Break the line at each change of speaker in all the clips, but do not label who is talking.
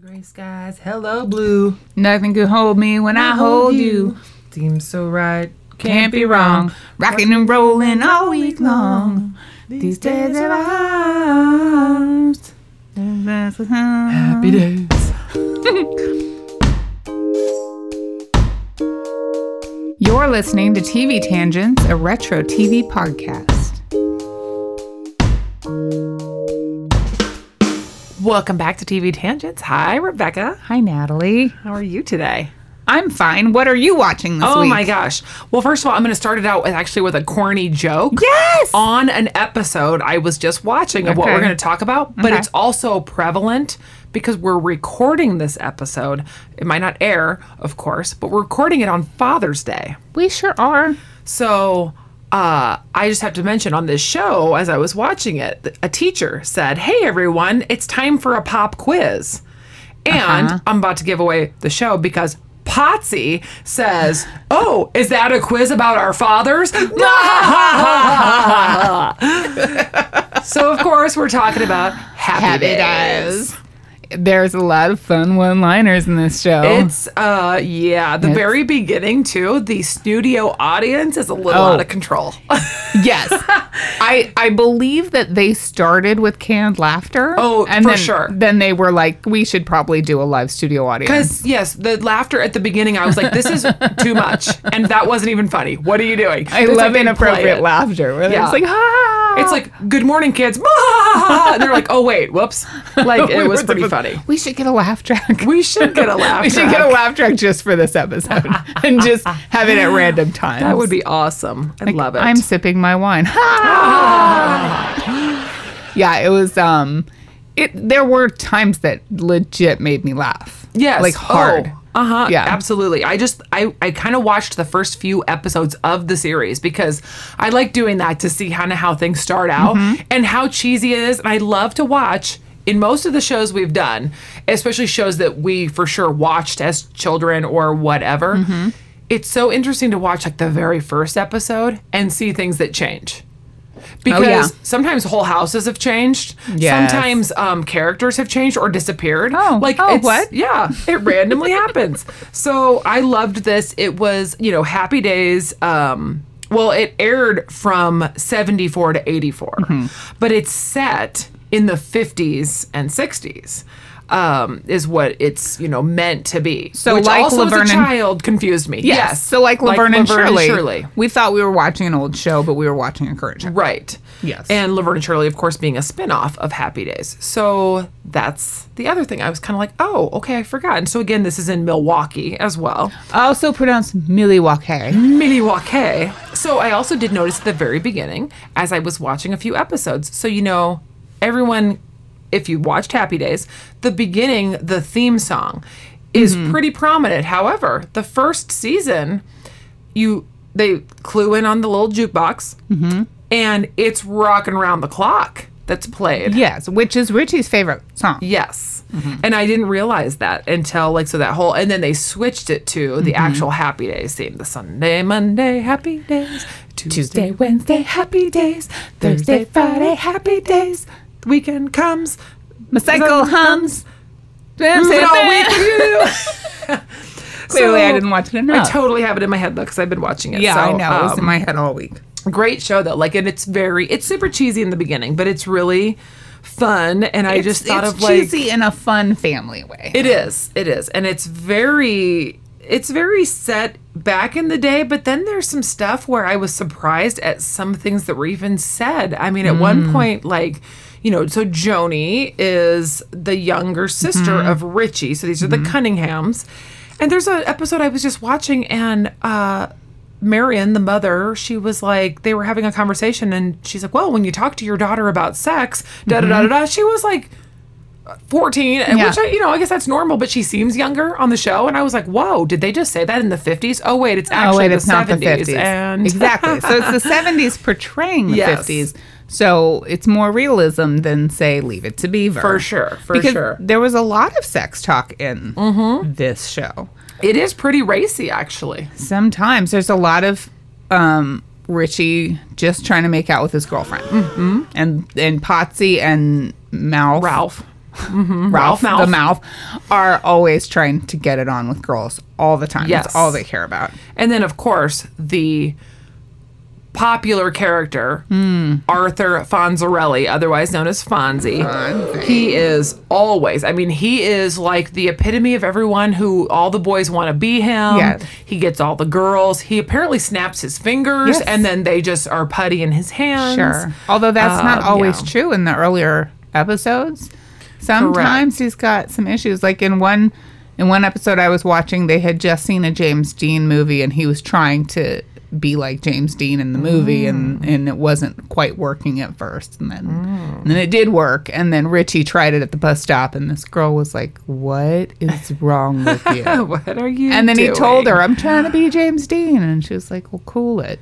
Gray skies, hello blue.
Nothing could hold me when I hold you.
Seems so right,
Can't be wrong. Rocking and rolling all week long. These days of ours.
Happy days.
You're listening to TV Tangents, a retro TV podcast.
Welcome back to TV Tangents. Hi, Rebecca.
Hi, Natalie.
How are you today?
I'm fine. What are you watching this
Oh
week?
my gosh. Well, first of all, I'm going to start it out with actually with a corny joke.
Yes!
On an episode I was just watching of what
Okay.
we're going to talk about, but
Okay.
it's also prevalent because we're recording this episode. It might not air, of course, but we're recording it on Father's Day.
We sure are.
So uh, I just have to mention on this show, as I was watching it, th- a teacher said, Hey everyone, it's time for a pop quiz.
Uh-huh.
And I'm about to give away the show because Potsy says, Oh, is that a quiz about our fathers? so, of course, we're talking about Happy,
Happy
Days.
days. There's a lot of fun one liners in this show.
It's uh yeah, the very beginning too. The studio audience is a little
Oh.
out of control.
Yes. I I believe that they started with canned laughter.
Oh, for
then,
sure.
Then they were like, we should probably do a live studio audience.
Because yes, the laughter at the beginning, I was like, "This is too much," and that wasn't even funny. What are you doing?
I
It's like
love
they play
inappropriate
it.
laughter. Where
Yeah.
It's like, ah.
It's like, "Good morning, kids," and they're like, "Oh wait, whoops!" Like it
We
was
were
pretty
supposed-
funny.
We should get a laugh track.
We should get a laugh.
We should get a
track.
laugh track just for this episode and just have it at random times.
That would be awesome. I love it.
I'm sipping my wine. yeah, it was um it there were times that legit made me laugh.
yes,
Like hard.
uh huh. Yeah,
Yeah.
absolutely. I just I I kind of watched the first few episodes of the series because I like doing that to see kind of how things start out
Mm-hmm.
and how cheesy it is, and I love to watch. In most of the shows we've done, especially shows that we for sure watched as children or whatever,
Mm-hmm.
it's so interesting to watch like the very first episode and see things that change. Because
Oh, yeah.
sometimes whole houses have changed.
Yes.
Sometimes um, characters have changed or disappeared.
Oh.
like
Oh,
it's-
what?
Yeah, it randomly happens. So I loved this. It was you know Happy Days. Um, well, it aired from seventy four to eighty
Mm-hmm.
but it's set in the fifties and sixties. Um, is what it's you know meant to be.
So
Which
like
also as
Laverne
a
and-
child confused me.
Yes. So like Laverne, and, Shirley,
Shirley.
We thought we were watching an old show, but we were watching a current show.
Right.
Yes.
And Laverne and Shirley, of course, being a spin-off of Happy Days. So that's the other thing. I was kind of like, oh, okay, I forgot. And so again, this is in Milwaukee as well.
Also pronounced Milwaukee.
Milwaukee. So I also did notice at the very beginning, as I was watching a few episodes. So you know, everyone, if you watched Happy Days, the beginning, the theme song, is pretty prominent. However, the first season, you they clue in on the little jukebox, and it's rocking around the clock that's played.
Yes, which is Richie's favorite song.
Yes.
Mm-hmm.
And I didn't realize that until like so that whole and then they switched it to
Mm-hmm.
the actual happy days theme. The Sunday, Monday, happy days. Tuesday, Wednesday, happy days. Thursday, Friday, happy days. Weekend comes.
My cycle hums.
It's all week with you.
Clearly, I
So,
didn't watch it
I
enough.
totally have it in my head though, because I've been watching it.
yeah,
so,
I know. it was in
um,
my head all week.
great show though. Like, and it's very, it's super cheesy in the beginning, but it's really fun. And I just thought
it's
of like
cheesy in a fun family way.
It is. It is. And it's very it's very set back in the day, but then there's some stuff where I was surprised at some things that were even said. I mean, at one point like you know, so Joni is the younger sister of Richie. So these are the Cunninghams. And there's an episode I was just watching, and uh, Marion, the mother, she was like, they were having a conversation, and she's like, Well, when you talk to your daughter about sex, da da da da da, she was like, 14, and
Yeah.
which I, you know, I guess that's normal, but she seems younger on the show. And I was like, whoa, did they just say that in the 50s? Oh, wait, it's actually
oh, wait,
the
it's
70s.
not the 50s.
And
exactly. So it's the 70s portraying the
Yes.
50s. So it's more realism than, say, Leave It to Beaver.
For sure, for
because
sure. Mm-hmm.
There was a lot of sex talk in this show.
it is pretty racy, actually.
Sometimes there's a lot of um, Richie just trying to make out with his girlfriend, mm-hmm. and and Potsy and Mal
Ralph. Mm-hmm.
Ralph,
Ralph
the mouth, are always trying to get it on with girls all the time.
Yes.
That's all they care about.
And then, of course, the popular character, Arthur Fonzarelli, otherwise known as Fonzie. He is always, I mean, he is like the epitome of everyone who all the boys want to be him.
Yes.
He gets all the girls. He apparently snaps his fingers
Yes.
and then they just are putty in his hands.
Sure. Although that's not
Um,
always
yeah.
true in the earlier episodes. Sometimes he's got some issues. Like in one in one episode I was watching, they had just seen a James Dean movie and he was trying to be like James Dean in the movie
Mm.
and and it wasn't quite working at first and then
Mm.
and then it did work and then Richie tried it at the bus stop and this girl was like, "What is wrong with you?"
What are you
and then he told
doing?
her, "I'm trying to be James Dean." And she was like, "Well, cool it."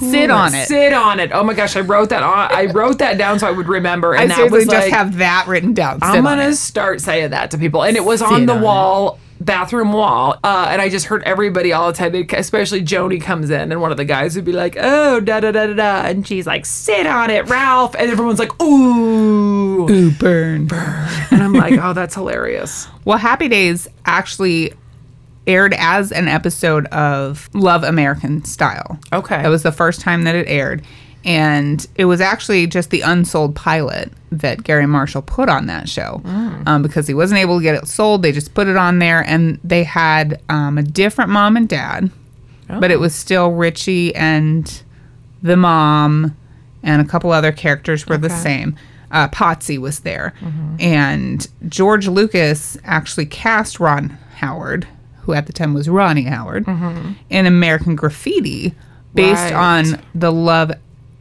Sit on it.
Sit on it. Oh my gosh, I wrote that on I wrote that down so I would remember. And
I
that
seriously
was
just
like,
have that written down. Sit
I'm
on
gonna
it.
start saying that to people. And it was on
Sit
the
on it.
wall, bathroom wall, uh, and I just heard everybody all the time. they- Especially Joni comes in, and one of the guys would be like, "Oh, da da da da da," and she's like, "Sit on it, Ralph," and everyone's like, "Ooh,"
Ooh, burn.
and I'm like, "Oh, that's hilarious."
Well, Happy Days actually aired as an episode of Love American Style.
Okay.
That was the first time that it aired. And it was actually just the unsold pilot that Gary Marshall put on that show um, because he wasn't able to get it sold. They just put it on there and they had um, a different mom and dad, but it was still Richie and the mom and a couple other characters were the same. Uh, Potsy was there. And George Lucas actually cast Ron Howard, who at the time was Ronnie Howard, in American Graffiti based
Right.
on the Love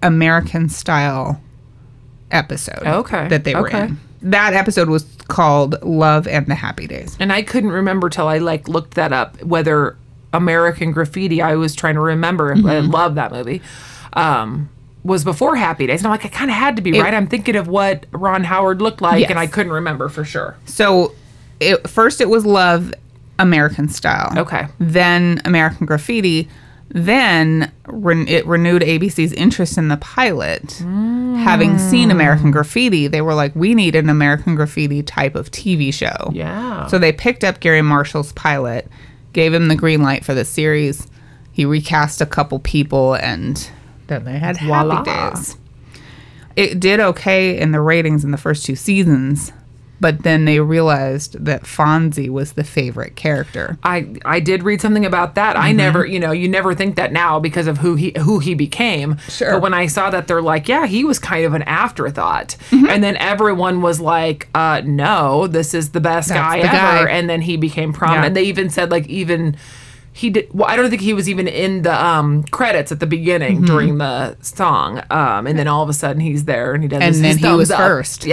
American Style episode
Okay.
that they were
Okay.
in. That episode was called Love and the Happy Days.
And I couldn't remember till I like looked that up whether American Graffiti. I was trying to remember. I
Mm-hmm.
love that movie. Um, was before Happy Days, and I'm like, I kind of had to be right. I'm thinking of what Ron Howard looked like,
Yes.
and I couldn't remember for sure.
So, it, first it was Love American Style.
Okay.
Then American Graffiti. Then ren- it renewed ABC's interest in the pilot. Having
Mm.
seen American Graffiti, they were like, we need an American Graffiti type of TV show.
Yeah.
So they picked up Gary Marshall's pilot, gave him the green light for the series. He recast a couple people, and then they had
Voila.
Happy Days. It did okay in the ratings in the first two seasons, but then they realized that Fonzie was the favorite character.
I I did read something about that.
Mm-hmm.
I never, you know, you never think that now because of who he who he became.
Sure.
But when I saw that, they're like, yeah, he was kind of an afterthought,
Mm-hmm.
and then everyone was like, uh, no, this is the best guy
the
ever,
guy.
and then he became prominent.
Yeah.
And they even said like even. He did. Well, I don't think he was even in the um, credits at the beginning
Mm-hmm.
during the song, um, and then all of a sudden he's there and he does.
and
his,
then
his
he was
thumbs up.
first.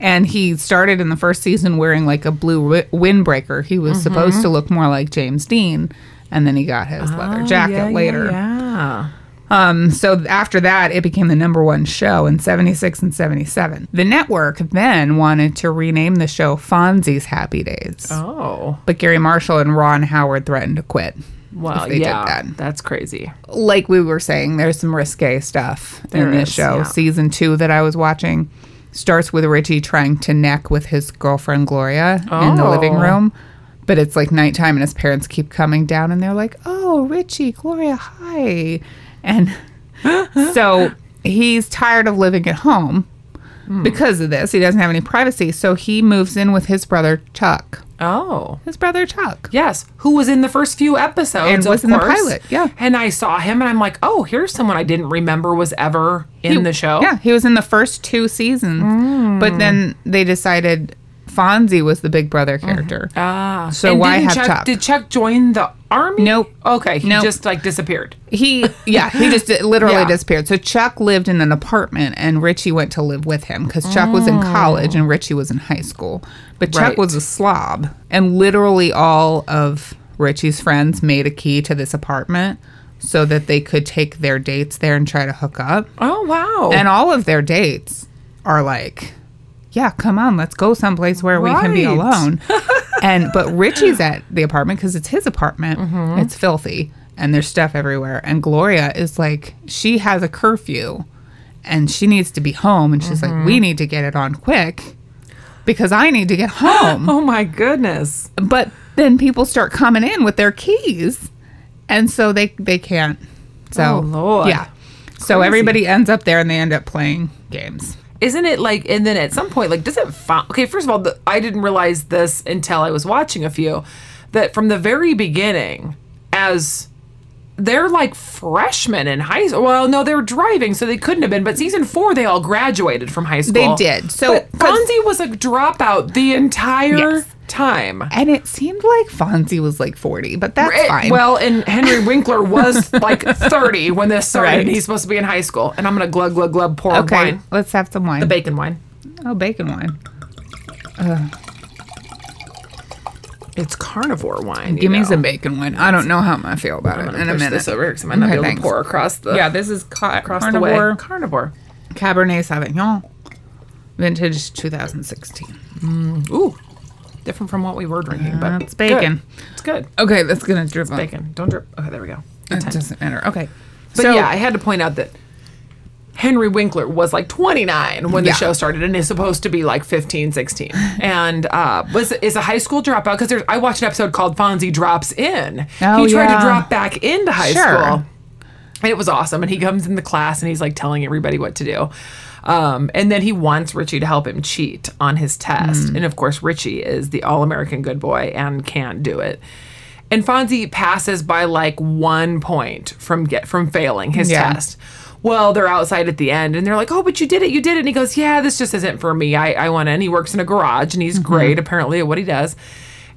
And he started in the first season wearing like a blue wi- windbreaker. He was
Mm-hmm.
supposed to look more like James Dean, and then he got his leather
Oh,
jacket
yeah, yeah,
later.
yeah.
Um, so th- after that, it became the number one show in 76 and 77. The network then wanted to rename the show Fonzie's Happy Days.
Oh,
But Gary Marshall and Ron Howard threatened to quit.
well,
they did
yeah,
that.
that's crazy.
Like we were saying, there's some risque stuff
There
in this
is,
show.
yeah.
Season two that I was watching starts with Richie trying to neck with his girlfriend Gloria in the living
Oh.
room. But it's like nighttime, and his parents keep coming down, and they're like, "Oh, Richie, Gloria, hi," and so he's tired of living at home
Hmm.
because of this. He doesn't have any privacy, so he moves in with his brother Chuck.
Oh,
His brother Chuck.
Yes, who was in the first few episodes
And
of
was in the
course.
pilot, yeah.
and I saw him, and I'm like, oh, here's someone I didn't remember was ever in the show.
Yeah, he was in the first two seasons, but then they decided Fonzie was the big brother character.
Ah,
So
and
why
didn't
have
Chuck,
Chuck?
Did Chuck join the army?
Nope.
Okay, he
Nope.
just like disappeared.
He, yeah, he just di- literally
Yeah.
disappeared. So Chuck lived in an apartment, and Richie went to live with him because Chuck was in college and Richie was in high school. But Chuck
Right.
was a slob, and literally all of Richie's friends made a key to this apartment so that they could take their dates there and try to hook up.
Oh wow.
And all of their dates are like, yeah, come on, let's go someplace where we can be
Right.
alone. and but Richie's at the apartment because it's his apartment.
Mm-hmm.
It's filthy and there's stuff everywhere. And Gloria is like, she has a
Mm-hmm.
curfew and she needs to be home. And she's like, we need to get it on quick. because I need to get home.
Oh my goodness.
but then people start coming in with their keys and so they they can't so
Oh, Lord.
yeah so
Crazy.
everybody ends up there and they end up playing games
Isn't it like, and then at some point, like, doesn't, fo- okay, first of all, the, I didn't realize this until I was watching a few that from the very beginning, as they're like freshmen in high school. Well, no, they were driving, so they couldn't have been. But season four, they all graduated from high school.
did. So-
but Fonzie was a dropout the entire
Yes.
time.
and it seemed like Fonzie was like 40 but that's
It-
fine
Well, and Henry Winkler was like 30 when this started.
Right.
And he's supposed to be in high school. And I'm going to glug, glug, glug, pour
okay
wine.
let's have some wine
The bacon wine.
oh bacon wine
It's carnivore wine. you
give me
know.
some bacon wine I don't know how I feel about
I'm
it
gonna
in a
push
minute
this over 'cause I might not
Okay,
be able
thanks.
to pour across the
yeah this is ca-
across the
carnivore
way. Carnivore.
Cabernet Sauvignon vintage 2016
Ooh, different from what we were drinking, but
That's bacon.
good. It's good.
okay that's gonna drip on
Bacon. Don't drip. Okay, there we go. Good
it
times.
doesn't matter okay
But yeah, I had to point out that Henry Winkler was like 29 when
Yeah.
the show started and is supposed to be like 15, 16. And uh, was is a high school dropout because there's I watched an episode called Fonzie Drops In.
Oh,
he tried
yeah.
to drop back into high
Sure.
school. And it was awesome. And he comes in the class and he's like telling everybody what to do. Um, and then he wants Richie to help him cheat on his test. And of course, Richie is the all American good boy and can't do it. And Fonzie passes by like one point from get from failing his
Yeah.
test. Well, they're outside at the end and they're like, Oh, but you did it, you did it. And he goes, Yeah, this just isn't for me. I, I want to. And he works in a garage and he's great apparently at what he does.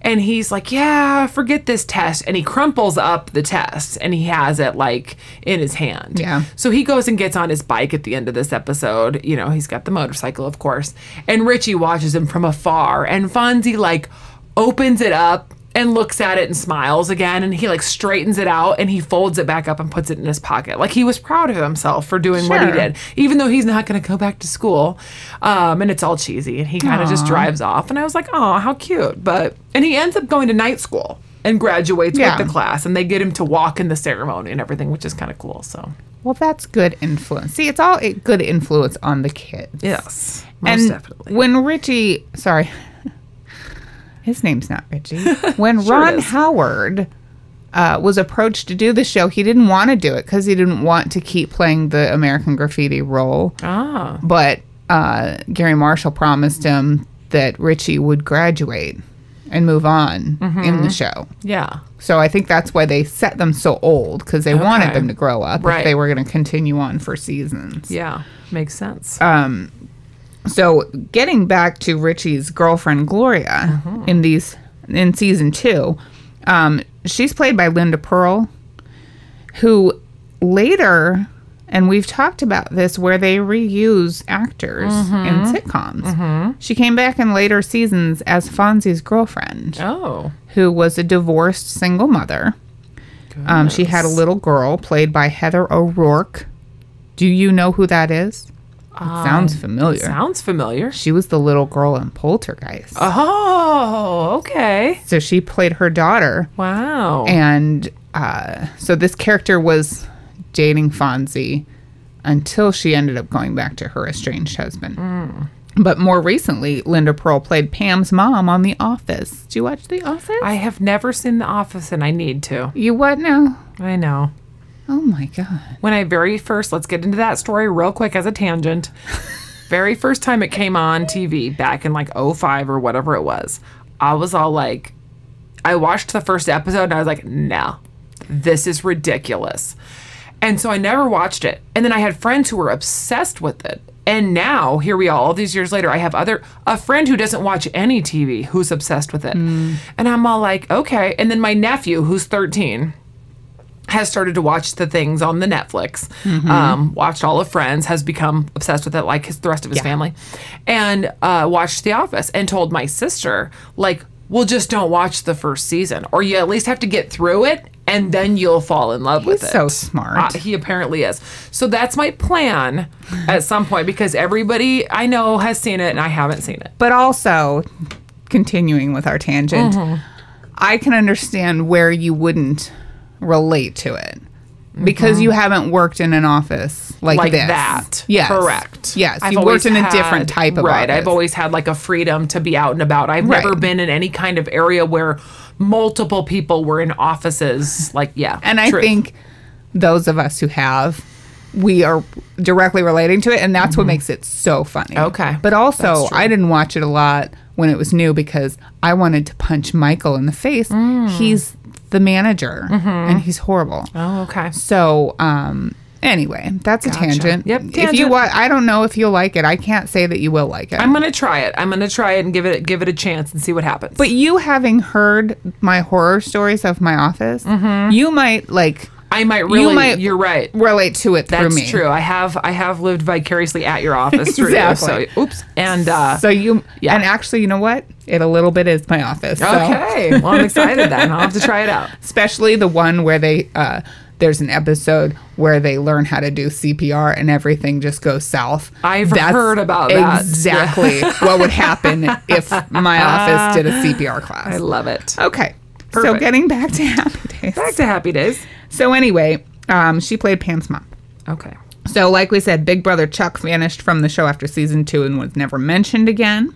And he's like, Yeah, forget this test. And he crumples up the test and he has it like in his hand.
Yeah.
So he goes and gets on his bike at the end of this episode. You know, he's got the motorcycle, of course. And Richie watches him from afar. And Fonzie, like, opens it up and looks at it and smiles again. And he, like, straightens it out and he folds it back up and puts it in his pocket. Like, he was proud of himself for doing what he
Sure.
did, even though he's not going to go back to school. Um, and it's all cheesy. And he kind of just drives off. And I was like, oh, how cute. But, and he ends up going to night school. And graduates
Yeah.
with the class, and they get him to walk in the ceremony and everything, which is kind of cool. So
Well, that's good influence. See, it's all a good influence on the kids.
Yes, most
and
definitely.
when Richie, sorry, his name's not Richie. When Ron
is.
Howard uh, was approached to do the show, he didn't want to do it because he didn't want to keep playing the American Graffiti role.
ah,
But uh, Gary Marshall promised him that Richie would graduate and move on in
Mm-hmm.
the show.
yeah.
So I think that's why they set them so old because they wanted
Okay.
them to grow up if
Right.
they were going to continue on for seasons.
Yeah, makes sense.
Uh, So getting back to Richie's girlfriend Gloria
Uh-huh.
in these in season two, um, she's played by Linda Pearl, who later, and we've talked about this where they reuse actors
Mm-hmm.
in sitcoms. She came back in later seasons as Fonzie's girlfriend
oh,
who was a divorced single mother. Um, she had a little girl played by Heather O'Rourke. Do you know who that is? It sounds familiar.
sounds familiar.
she was the little girl in Poltergeist.
Oh, okay.
so she played her daughter.
Wow.
And uh, so this character was dating Fonzie until she ended up going back to her estranged husband. But more recently, Linda Pearl played Pam's mom on The Office. Do you watch The Office?
I have never seen The Office, and I need to.
you what now?
I know.
Oh my God.
When I very first, let's get into that story real quick as a tangent. very first time it came on TV back in like 05 or whatever it was, I was all like, I watched the first episode and I was like, no, this is ridiculous. And so I never watched it. And then I had friends who were obsessed with it. And now, here we are, all these years later, I have other a friend who doesn't watch any TV who's obsessed with it. And I'm all like, okay. And then my nephew, who's 13, has started to watch the things on the Netflix.
Mm-hmm.
Um, watched all of Friends, has become obsessed with it, like his, the rest of his family, and uh, watched The Office, and told my sister, like, well, just don't watch the first season, or you at least have to get through it, and then you'll fall in love with
He's
it.
so smart.
Uh, he apparently is. So that's my plan at some point because everybody I know has seen it and I haven't seen it.
but also continuing with our
Mm-hmm.
tangent i can understand where you wouldn't relate to it because you haven't worked in an office like,
Mm-hmm. like
this.
that.
Yes.
Correct.
Yes.
I've
you worked
always
in a
had-
different type of
Right. I've
office.
always had like a freedom to be out and about. I've
Right.
never been in any kind of area where multiple people were in offices. Like, yeah.
And I
truth.
think those of us who have, we are directly relating to it, and that's what makes it so funny.
Mm-hmm. Okay.
But also,
That's true.
I didn't watch it a lot when it was new because I wanted to punch Michael in the face.
Mm.
He's the manager, and he's horrible.
Mm-hmm. Oh, okay.
So, um, anyway, that's a tangent.
Yep,
If you
tangent.
want, I don't know if you'll like it. I can't say that you will like it.
I'm gonna try it. I'm gonna try it and give it give it a chance and see what happens.
but you having heard my horror stories of my office,
Mm-hmm.
you might like
I might really. You
might-
are right.
relate to it through
That's
me.
true. I have I have lived vicariously at your office through you. So,
Exactly.
oops. And uh,
So you
Yeah.
and actually, you know what? It a little bit is my office. so-
okay. Well, I'm excited then. I'll have to try it out.
Especially the one where they uh, there's an episode where they learn how to do CPR and everything just goes south.
I've heard about that.
Exactly what would happen if my office did a CPR
Ah. I
class.
love it.
Okay. So
Perfect.
getting back to happy days.
Back to happy days.
So anyway, um, she played Pam's mom.
Okay.
So, like we said, Big Brother Chuck vanished from the show after season two and was never mentioned again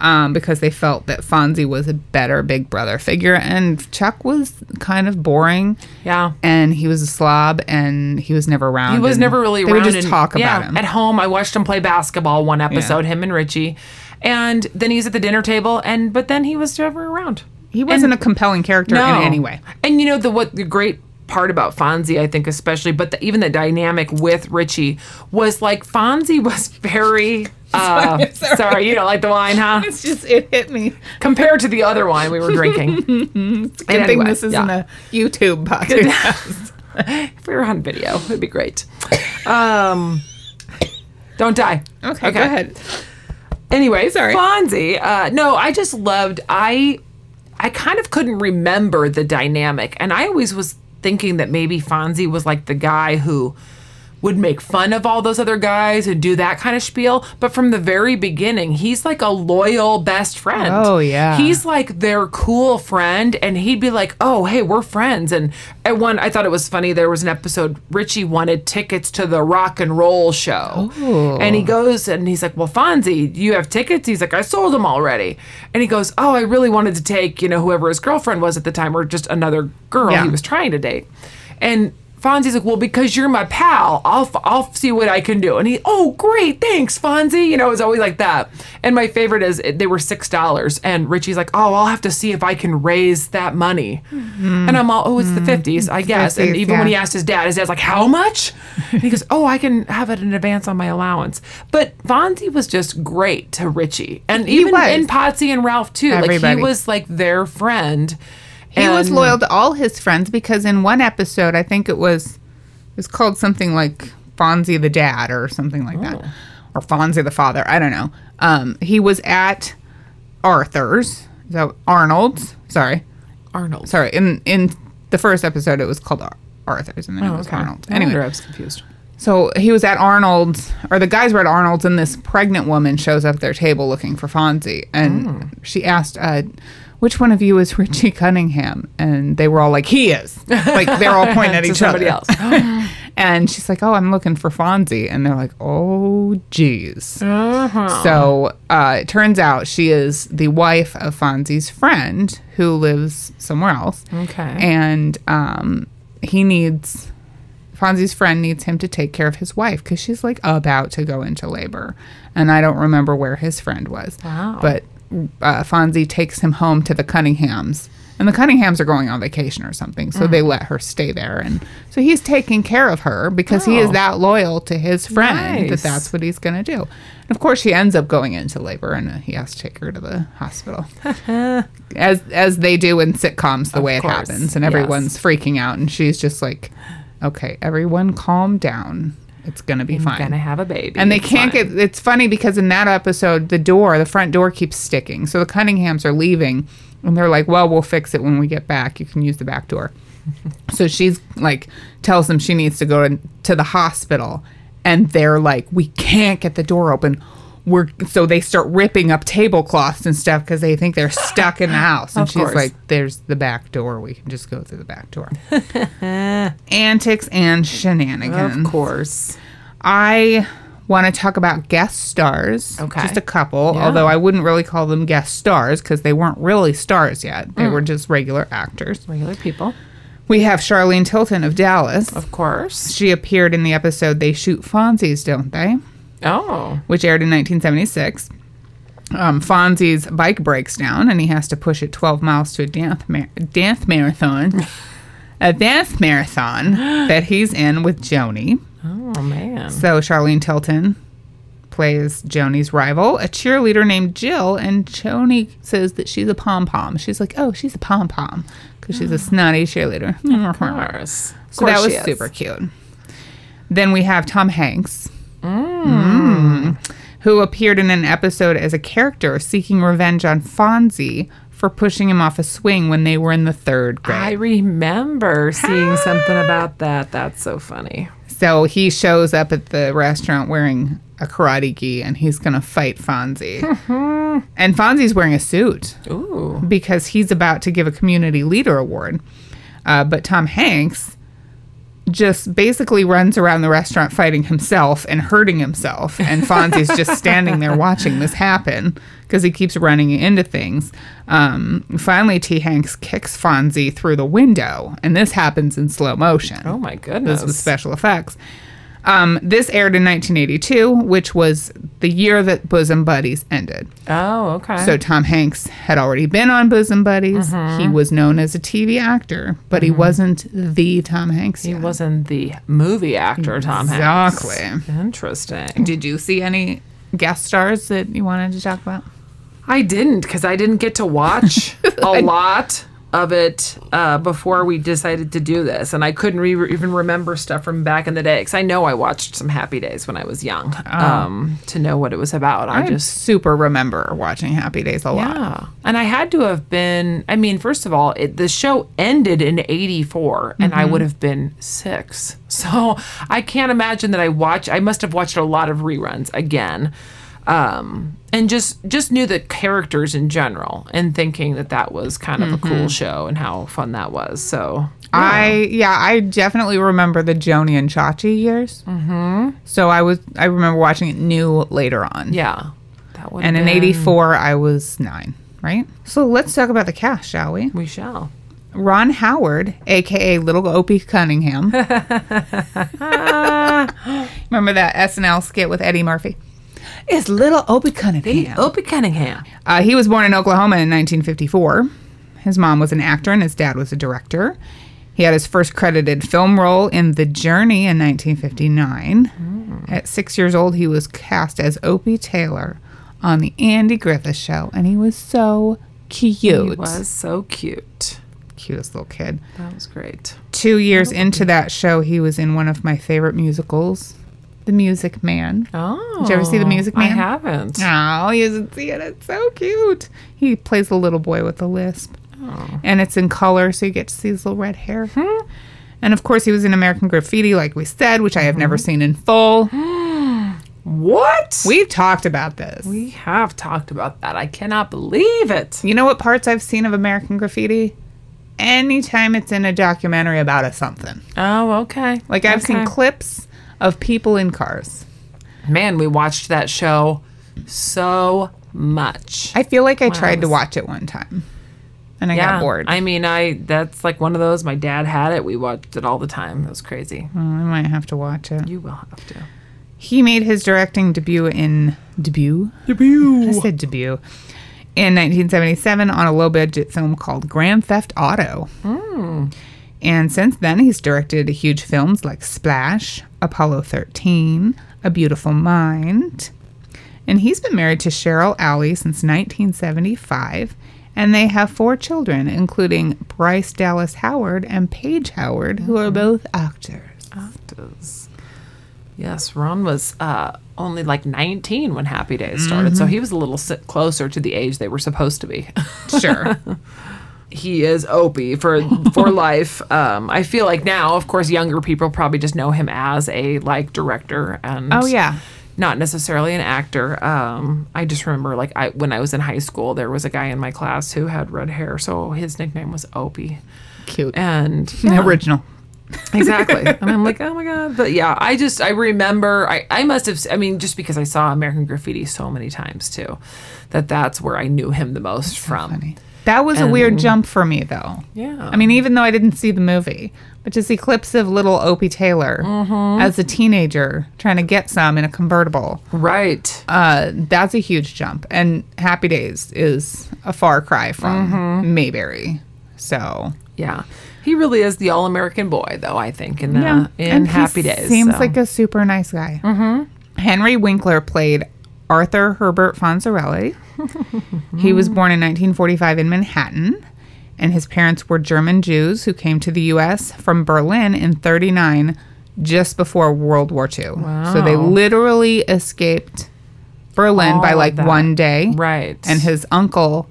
um, because they felt that Fonzie was a better Big Brother figure. And Chuck was kind of boring.
Yeah.
And he was a slob and he was never around.
He was
and
never really
they
around.
would just
and-
talk
yeah,
about him.
At home, I watched him play basketball one episode, him and Richie. And then he's at the dinner table, and but then he was never around.
he wasn't a compelling character in any way.
And you know the what the great part about Fonzie, I think especially, but the, even the dynamic with Richie was like Fonzie was very. Uh,
Sorry, sorry.
sorry. you don't like the wine, huh?
It's just, it hit me.
Compared to the other wine we were drinking, And
Good thing
anyway,
this isn't
yeah.
a YouTube podcast.
If we were on video, it'd be great. Um, don't die.
okay, go ahead.
Anyway,
Sorry.
Fonzie. Uh, no, I just loved. I I kind of couldn't remember the dynamic, and I always was thinking that maybe Fonzie was like the guy who would make fun of all those other guys and do that kind of spiel. But from the very beginning, he's like a loyal best friend.
Oh, yeah.
he's like their cool friend, and he'd be like, "Oh, hey, we're friends." And at one, I thought it was funny. There was an episode Richie wanted tickets to the rock and roll show, and he goes and he's like, "Well, Fonzie, you have tickets?" He's like, "I sold them already," and he goes, "Oh, I really wanted to take you know whoever his girlfriend was at the time, or just another girl
Yeah.
he was trying to date," and. Fonzie's like, well, because you're my pal, I'll f- I'll see what I can do. And he, oh, great, thanks, Fonzie. You know, it's always like that. And my favorite is it- they were six dollars, and Richie's like, oh, I'll have to see if I can raise that money.
Mm-hmm.
And I'm all, oh, it's the fifties, I guess. and
50s,
even when
yeah.
he asked his dad, his dad's like, how much? and he goes, oh, I can have it in advance on my allowance. But Fonzie was just great to Richie, and even
was.
and Potsy and Ralph too. Like
Everybody.
he was like their friend.
He was
And- uh,
loyal to all his friends because in one episode, I think it was it was called something like Fonzie the Dad or something like
Oh.
that, or Fonzie the Father. I don't know. Um, he was at Arthur's, so Arnold's. Sorry,
Arnold.
sorry. In in the first episode, it was called Ar- Arthur's, and then it was Arnold's.
No wonder
Anyway,
Oh, I was confused.
so he was at Arnold's, or the guys were at Arnold's, and this pregnant woman shows up at their table looking for Fonzie. And
Hmm.
she asked, uh, which one of you is Richie Cunningham? And they were all like, he is. Like, they're all pointing at
To
each
somebody
other. and she's like, oh, I'm looking for Fonzie. And they're like, oh, geez.
Uh-huh.
So uh, it turns out she is the wife of Fonzie's friend who lives somewhere else.
Okay.
And um, he needs, Fonzie's friend needs him to take care of his wife because she's like about to go into labor. And I don't remember where his friend was.
Wow.
But uh, Fonzie takes him home to the Cunninghams. And the Cunninghams are going on vacation or something. So
Mm.
they let her stay there. And so he's taking care of her because he is
Oh.
that loyal to his
Nice.
friend that that's what he's going to do. And of course, she ends up going into labor, and uh, he has to take her to the hospital, as as they do in sitcoms. The way it
course,
happens, and
yes.
everyone's freaking out, and she's just like, "Okay, everyone, calm down. It's going to be fine."
gonna have a baby.
and they
It's
can't
fine.
get. It's funny because in that episode, the door, the front door, keeps sticking. So the Cunninghams are leaving, and they're like, "Well, we'll fix it when we get back. You can use the back door." so she's like, tells them she needs to go to, to the hospital, and they're like, "We can't get the door open. we're so they start ripping up tablecloths and stuff because they think they're stuck in the house. And
Of
she's
course.
like, "There's the back door. We can just go through the back door." Antics and shenanigans.
Of course.
I want to talk about guest stars.
Okay.
Just a couple, although I wouldn't really call them guest stars because they weren't really stars yet. They were just regular actors.
Regular people.
We have Charlene Tilton of Dallas.
Of course.
She appeared in the episode They Shoot Fonzies, Don't They?
Oh.
which aired in 1976. Um, Fonzie's bike breaks down and he has to push it 12 miles to a dance, mar- dance marathon. a dance marathon that he's in with Joni.
Oh, man.
So Charlene Tilton plays Joni's rival, a cheerleader named Jill, and Joni says that she's a pom pom. She's like, oh, she's a pom pom because she's a snotty cheerleader.
Oh.
Mm-hmm.
Of course.
So that
she
was
is.
super cute. Then we have Tom Hanks, Mm. who appeared in an episode as a character seeking revenge on Fonzie for pushing him off a swing when they were in the third grade.
I remember seeing something about that. That's so funny.
So he shows up at the restaurant wearing a karate gi and he's going to fight Fonzie. and Fonzie's wearing a suit.
Ooh.
because he's about to give a community leader award. Uh, but Tom Hanks just basically runs around the restaurant fighting himself and hurting himself. And Fonzie's just standing there watching this happen because he keeps running into things. Um, finally, T. Hanks kicks Fonzie through the window, and this happens in slow motion.
Oh, my
This was
goodness.
special effects. Um, this aired in 1982, which was the year that Bosom Buddies ended.
Oh, okay.
So Tom Hanks had already been on Bosom Buddies. He was known as a TV actor, but he wasn't the Tom Hanks.
he
yet.
wasn't the movie actor, Tom Hanks.
Exactly.
Interesting.
Did you see any guest stars that you wanted to talk about?
I didn't because I didn't get to watch a lot of it uh, before we decided to do this, and I couldn't re- even remember stuff from back in the day because I know I watched some Happy Days when I was young um, to know what it was about. I,
I
just
just super remember watching Happy Days a lot.
yeah, and I had to have been. I mean, first of all, it, the show ended in '84, and
Mm-hmm.
I would have been six. So I can't imagine that I watch. I must have watched a lot of reruns again, um, and just just knew the characters in general, and thinking that that was kind of a
Mm-hmm.
cool show and how fun that was. So
I yeah, I definitely remember the Joni and Chachi years. Mm-hmm. So I was I remember watching it new later on.
yeah, that would.
And
have
in
been-
'84, I was nine. Right. So let's talk about the cast, shall we?
we shall.
Ron Howard, aka Little Opie Cunningham. Remember that SNL skit with Eddie Murphy? It's Little Opie Cunningham.
Opie Cunningham.
Uh, he was born in Oklahoma in 1954. His mom was an actor and his dad was a director. He had his first credited film role in The Journey in 1959.
Mm.
At six years old, he was cast as Opie Taylor on The Andy Griffith Show, and he was so cute.
He was so cute.
Cutest little kid.
That was great.
Two years into that show, he was in one of my favorite musicals, The Music Man.
Oh,
you ever see The Music
I
Man?
haven't.
Oh, you should see it. It's so cute. He plays the little boy with the lisp. And it's in color, so you get to see his little red hair. Hmm. And of course, he was in American Graffiti, like we said, which I have never
Hmm.
seen in full.
What?
We've talked about this.
We have talked about that. I cannot believe it.
You know what parts I've seen of American Graffiti? Anytime it's in a documentary about a something.
Oh, okay.
Like, I've seen clips of people in cars.
Man, we watched that show so much.
I feel like I tried to
was-
watch it one time and I got bored. I,
I mean, I that's like one of those. My dad had it. We watched it all the time. It was crazy.
I might have to watch it.
You will have to.
He made his directing debut in debut. I
Debut.
said debut. In 1977, on a low budget film called Grand Theft Auto. Mm. And since then, he's directed huge films like Splash, Apollo 13, A Beautiful Mind. And he's been married to Cheryl Alley since 1975. And they have four children, including Bryce Dallas Howard and Paige Howard, who are both actors.
Yes, Ron was uh, only like 19 when Happy Days started, so he was a little si- closer to the age they were supposed to be.
Sure.
he is Opie for for life. Um, I feel like now, of course, younger people probably just know him as a like director and
Oh, yeah.
not necessarily an actor. Um, I just remember like I when I was in high school, there was a guy in my class who had red hair, so his nickname was Opie.
Cute.
And
Original.
exactly. And I'm like, oh my god. But yeah, I just I remember I I must have I mean just because I saw American Graffiti so many times too, that that's where I knew him the most from.
That was a weird jump for me, though.
Yeah.
I mean, even though I didn't see the movie, but just the clips of little Opie Taylor as a teenager trying to get some in a convertible,
Right.
uh, that's a huge jump. And Happy Days is a far cry from Mayberry. So,
Yeah. He really is the all American boy though, I think, in uh, in
And he
Happy Days.
Seems
so. Mm-hmm.
like a super nice guy. Henry Winkler played Arthur Herbert Fonzarelli. he was born in 1945 in Manhattan, and his parents were German Jews who came to the U.S. from Berlin in 39, just before World War II. So they
Wow.
literally escaped Berlin by
All of
like
that.
one day.
Right.
And his uncle,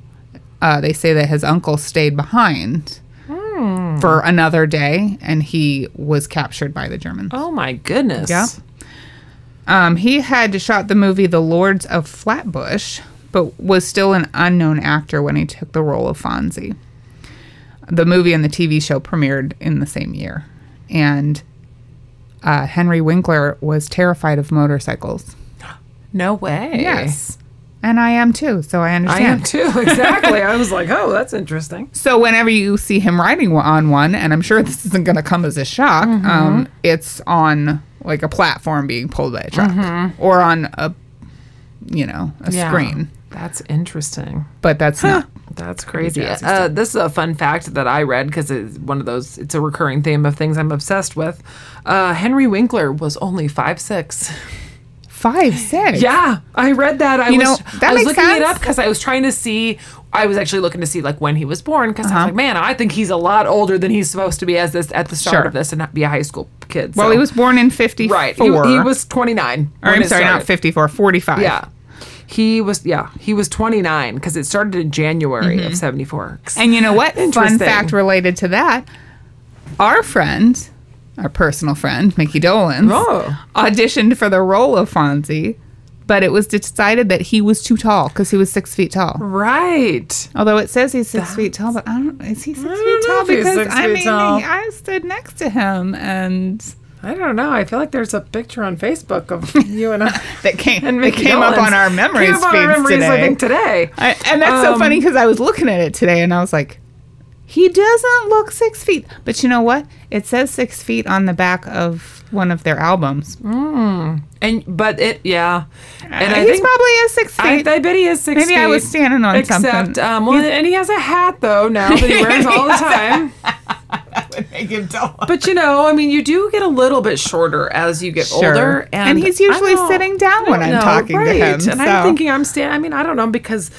uh, they say that his uncle stayed behind for another day, and he was captured by the Germans.
Oh my goodness.
Yeah. Um, he had shot the movie The Lords of Flatbush, but was still an unknown actor when he took the role of Fonzie. The movie and the TV show premiered in the same year, and uh, Henry Winkler was terrified of motorcycles.
No way.
and I am too, so I
I
understand.
am too. Exactly. I was like, oh, that's interesting.
So whenever you see him riding on one, and I'm sure this isn't going to come as a shock,
Mm-hmm.
um, it's on like a platform being pulled by a truck
Mm-hmm.
or on a, you know, a screen.
That's interesting.
But that's not.
That's crazy.
jazzy
Uh, this is a fun fact that I read because it's one of those. It's a recurring theme of things I'm obsessed with. Uh, Henry Winkler was only five six.
Five six.
Yeah, I read that. I
You
was
know, that
I was
makes
looking it
sense.
up because I was trying to see. I was actually looking to see like when he was born because
Uh-huh.
I was like, man, I think he's a lot older than he's supposed to be as this at the start
Sure.
of this and not be a high school kid.
Well,
so-
he was born in fifty four.
right. He, he was twenty nine.
Or, I'm sorry, not fifty four. Forty five.
Yeah. He was yeah, he was 29 cuz it started in January of 74.
Mm-hmm. And you know what? Fun
Interesting.
fact related to that. Our friend, our personal friend, Mickey Dolan,
Oh.
auditioned for the role of Fonzie, but it was decided that he was too tall because he was six feet tall.
right.
Although it says he's six feet tall, but I don't. Is he six
don't
feet
know
tall?
if he's
Because
six
I
feet
mean,
tall.
he- I stood next to him, and
I don't know. I feel like there's a picture on Facebook of you and I
that came
and
that
Mickey
came up on
Dolan's-
our memories
Came up on our memories,
feeds today.
I think today.
I, and that's so
Um,
funny because I was looking at it today and I was like, he doesn't look six feet. But you know what? It says six feet on the back of one of their albums.
And but it yeah. And I
He's
think
probably is six feet.
I, I bet he is six
Maybe
feet.
I was standing on
Except,
something.
um, well, and he has a hat though now that he wears all the time. But you know, I mean, you do get a little bit shorter as you get
Sure.
older, and,
And he's usually
I don't-
sitting down when
I
I'm
know,
talking to him,
And I'm
so.
thinking I'm standing. I mean, I don't know because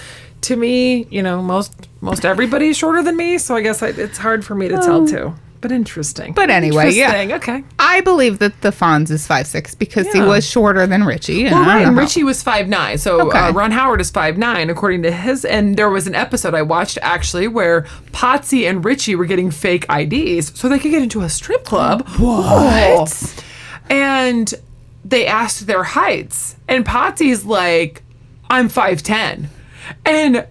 to me, you know, most most everybody's shorter than me, so I guess I, it's hard for me to tell too. But interesting.
But anyway, yeah.
Interesting. Okay.
I believe that the Fonz is five six because he
Yeah.
was shorter than Richie. and
Well,
I don't
right,
know
and
how-
Richie was five nine, so
Okay.
uh, Ron Howard is five nine, according to his. And there was an episode I watched actually where Potsy and Richie were getting fake IDs so they could get into a strip club. What? And they asked their heights, and Potsy's like, "I'm five ten," and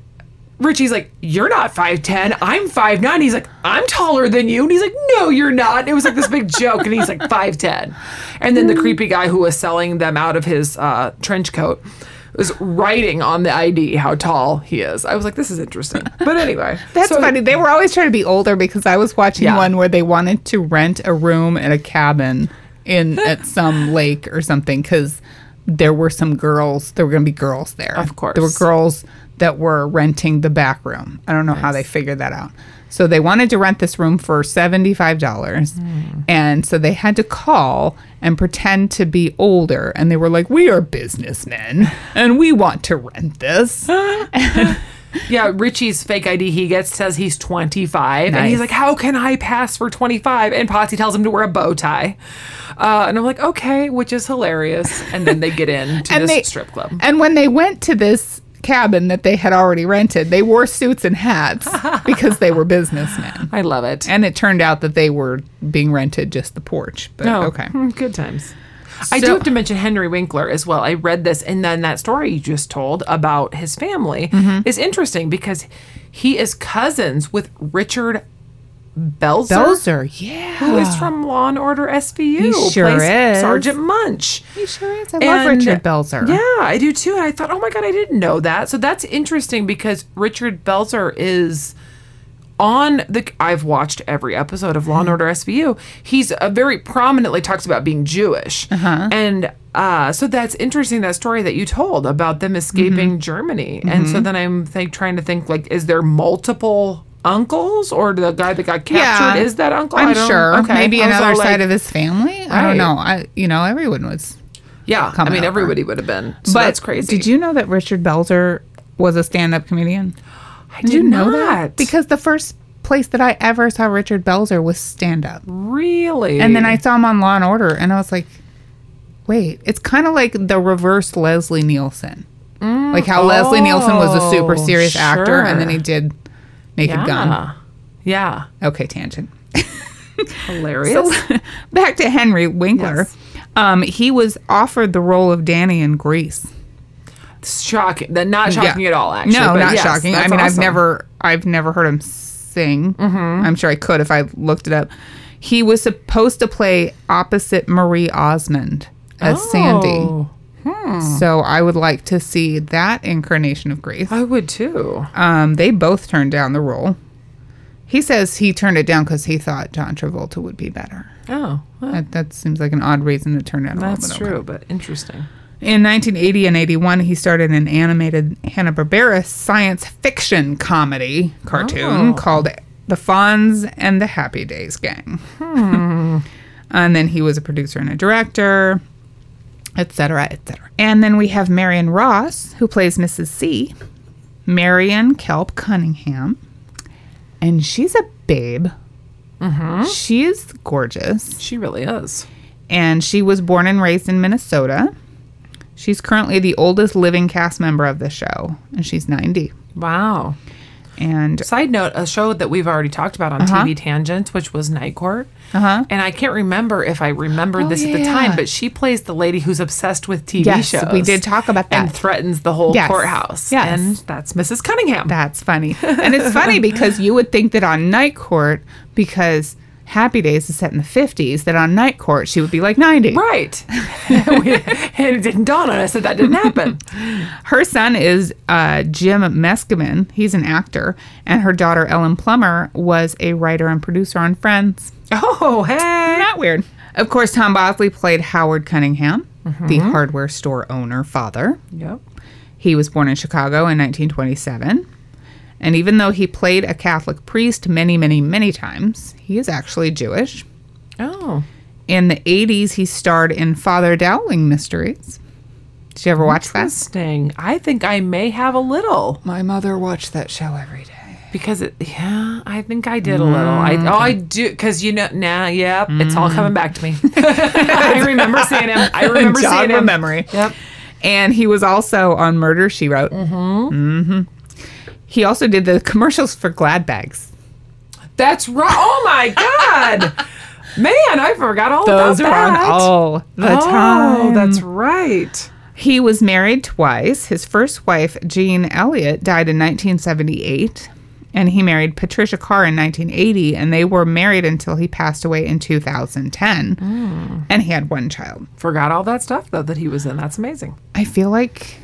Richie's like, "You're not five ten. I'm five nine. He's like, "I'm taller than you," and he's like, "No, you're not." It was like this big joke, and he's like five ten, and then the creepy guy who was selling them out of his uh, trench coat was writing on the ID how tall he is. I was like, "This is interesting," but anyway,
That's
so-
funny. They were always trying to be older because I was watching
Yeah.
one where they wanted to rent a room in a cabin in at some lake or something because there were some girls. There were going to be girls there.
Of course.
there were girls that were renting the back room. I don't know how they figured that out. So they wanted to rent this room for seventy five dollars,
Mm.
and so they had to call and pretend to be older. And they were like, "We are businessmen, and we want to rent this."
Yeah, Richie's fake ID he gets says he's 25. And
Nice.
he's like, How can I pass for 25? And Potsy tells him to wear a bow tie. Uh, and I'm like, Okay, which is hilarious. And then they get into this strip club.
And when they went to this cabin that they had already rented, they wore suits and hats because they were businessmen.
I love it.
And it turned out that they were being rented just the porch. But
No.
okay.
Mm, Oh. Good times. I do
So-
have to mention Henry Winkler as well. I read this, and then that story you just told about his family
Mm-hmm.
is interesting because he is cousins with Richard Belzer,
Belzer, yeah.
who is from Law and Order SVU.
He sure
plays
is.
Sergeant Munch.
He sure is. I love
And-
Richard Belzer.
Yeah, I do too. And I thought, oh my God, I didn't know that. So that's interesting because Richard Belzer is on the. I've watched every episode of Law
Mm-hmm.
and Order SVU. He's uh very prominently talks about being Jewish.
Uh-huh.
And uh, so that's interesting, that story that you told about them escaping
Mm-hmm.
Germany. And so then I'm think, trying to think, like, is there multiple. Uncles or the guy that got captured is that uncle? I
I'm
don't-
sure. Maybe
I was all
another
like-
side of his family. I
Right.
don't know. I you know everyone was.
yeah. I
coming
mean,
over.
everybody would have been. So
but
that's crazy.
Did you know that Richard Belzer was a stand-up comedian?
I
Did
did
you know
not.
that? Because the first place that I ever saw Richard Belzer was stand-up,
Really?
and then I saw him on Law and Order, and I was like, wait, it's kind of like the reverse Leslie Nielsen, like how Leslie Nielsen was a super
Mm, oh,
serious actor, and then
sure.
he did Naked
yeah.
Gun.
Yeah.
Okay, tangent.
Hilarious.
So, back to Henry Winkler.
Yes.
Um, he was offered the role of Danny in Grease.
shocking. That not
Yeah.
shocking at all. Actually,
no,
but
not
yes,
shocking. I
that's
mean, I've
awesome. Mm-hmm.
never, I've never heard him sing. I'm sure I could if I looked it up. He was supposed to play opposite Marie Osmond as Sandy.
Oh,
So I would like to see that incarnation of Grease.
I would too.
Um, they both turned down the role. He says he turned it down because he thought John Travolta would be better.
Oh, well,
That, that seems like an odd reason to turn down a role.
that's
but okay.
true, but interesting.
In 1980 and 81, he started an animated Hanna-Barbera science fiction comedy cartoon called The Fonz and the Happy Days Gang. and then he was a producer and a director, etc., etc. And then we have Marion Ross, who plays Mrs. C, Marion Kelp Cunningham, and she's a babe. She is gorgeous
She really is.
and she was born and raised in Minnesota. She's currently the oldest living cast member of the show, and she's 90.
Wow.
And
Side note: a show that we've already talked about on TV Tangents, which was Night Court.
Uh-huh.
And I can't remember if I remembered
Oh,
this at
yeah,
the time,
yeah.
but she plays the lady who's obsessed with TV
Yes,
shows.
we did talk about
And
that.
threatens the whole
Yes,
courthouse.
yes.
And that's Mrs. Cunningham.
that's funny. and it's funny because you would think that on Night Court, because Happy Days is set in the 50s, that on Night Court she would be like 90.
Right. We- and it didn't dawn on us that that didn't happen.
Her son is uh, Jim Meskimen. He's an actor. And her daughter, Ellen Plummer, was a writer and producer on Friends.
Oh, hey.
Not weird. Of course, Tom Bosley played Howard Cunningham, the hardware store owner father.
Yep.
He was born in Chicago in 1927. And even though he played a Catholic priest many, many, many times, he is actually Jewish.
Oh.
In the 80s, he starred in Father Dowling Mysteries. Did you ever watch that?
Interesting. I think I may have a little
My mother watched that show every day.
because it, yeah, I think I did a little. I, oh, I do. Because, you know, now, nah, yep, it's all coming back to me. I remember seeing him. I remember
Jog
seeing
my
him.
memory.
Yep.
And he was also on Murder, She Wrote. Mm-hmm. hmm He also did the commercials for Glad Bags.
That's right. Oh, my God. Man, I forgot all
Those
about
are on
that.
all the
oh,
time.
that's right.
He was married twice. His first wife, Jean Elliott, died in 1978, and he married Patricia Carr in 1980, and they were married until he passed away in 2010.
Hmm.
And he had one child.
Forgot all that stuff, though, that he was in. That's amazing.
I feel like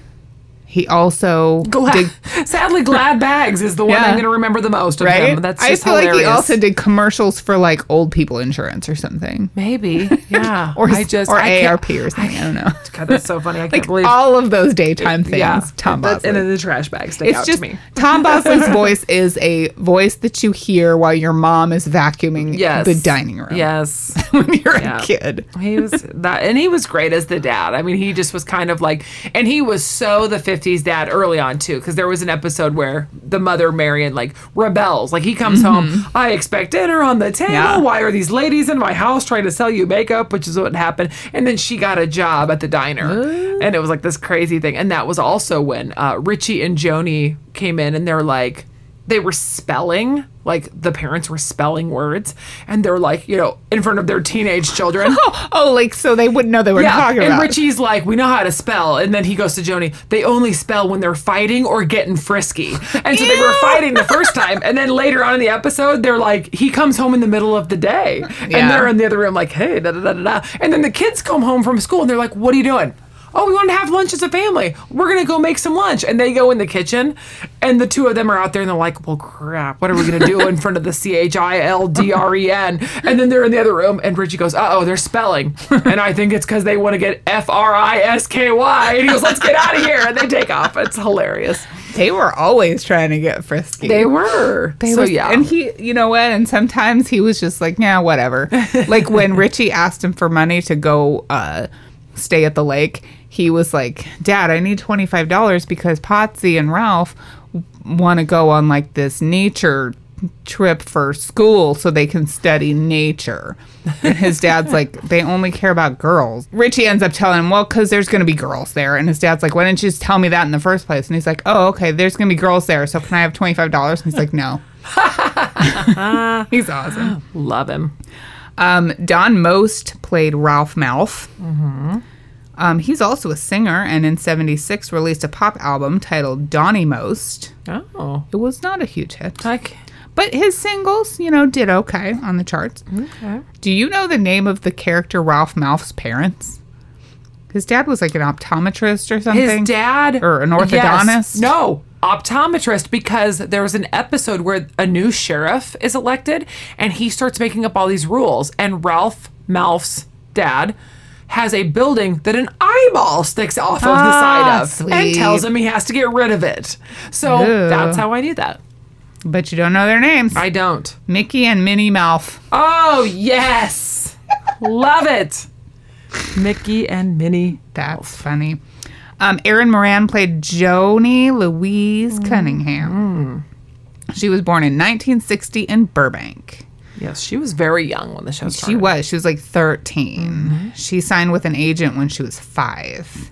he also
Glad,
did
sadly, Glad Bags is the one
Yeah.
I'm going to remember the most of
right.
him. That's
I
just
feel like he
hilarious.
also did commercials for like old people insurance or something,
Maybe, yeah.
or
I just
or
I can't-
ARP or something. I, don't know.
God, that's so funny. I can't
Like
believe.
all of those daytime things.
yeah,
Tom
That-
Bosley.
and then the trash bags stick
It's
out
just
to me.
Tom Bosley's voice is a voice that you hear while your mom is vacuuming
Yes,
the dining room
Yes,
when you're
Yeah.
a kid.
he was that, and he was great as the dad. I mean, he just was kind of like, and he was so the '50s dad early on too, because there was an episode where the mother Marion like rebels. Like he comes home, I expect dinner on the table.
Yeah.
Why are these ladies in my house trying to sell you makeup? Which is what happened. And then she got a job at the diner, and it was like this crazy thing. And that was also when uh, Richie and Joni came in, and they're like. they were spelling like the parents were spelling words and they're like you know in front of their teenage children
Oh, oh, like so they wouldn't know they were talking
and
about.
Richie's like, we know how to spell, and then he goes to Joni. They only spell when they're fighting or getting frisky, and so they were
Ew.
fighting the first time, and then later on in the episode, they're like, he comes home in the middle of the day,
Yeah.
and they're in the other room like, hey, da da da da, da, and then the kids come home from school, and they're like, what are you doing? Oh, we want to have lunch as a family. We're gonna go make some lunch, and they go in the kitchen, and the two of them are out there, and they're like, "Well, crap, what are we gonna do in front of the C H I L D R E N?" And then they're in the other room, and Richie goes, "Uh oh, they're spelling," and I think it's because they want to get F R I S K Y, and he goes, "Let's get out of here," and they take off. It's hilarious.
they were always trying to get frisky.
They were.
They
so
was-
yeah,
And he, you know what? And sometimes he was just like, nah, whatever. like when Richie asked him for money to go uh, stay at the lake, he was like, Dad, I need $25 because Potsy and Ralph want to go on like this nature trip for school so they can study nature. And his dad's like, they only care about girls. Richie ends up telling him, well, because there's going to be girls there. And his dad's like, why didn't you just tell me that in the first place? And he's like, oh, okay, there's going to be girls there. So can I have $25? And he's like, no. he's awesome.
love him.
Um, Don Most played Ralph Mouth.
Mm-hmm.
Um, he's also a singer and in 76 released a pop album titled Donnie Most.
Oh,
It was not a huge hit.
like
But his singles, you know, did okay on the charts.
okay.
Do you know the name of the character Ralph Mouth's parents? His dad was like an optometrist or
His
something.
dad
Or an
Yes.
orthodontist?
No, optometrist because there was an episode where a new sheriff is elected and he starts making up all these rules and Ralph Malf's dad has a building that an eyeball sticks off of the side
Ah,
of and tells
sweet.
him he has to get rid of it. So
Ooh.
that's how I knew that.
But you don't know their names.
I don't.
Mickey and Minnie Mouth.
Oh, yes. Love it. Mickey and Minnie.
That's funny. Um, Erin Moran played Joni Louise
Mm.
Cunningham. She was born in 1960 in Burbank.
Yes, she was very young when the show started.
She was. She was like 13.
Mm-hmm.
She signed with an agent when she was five.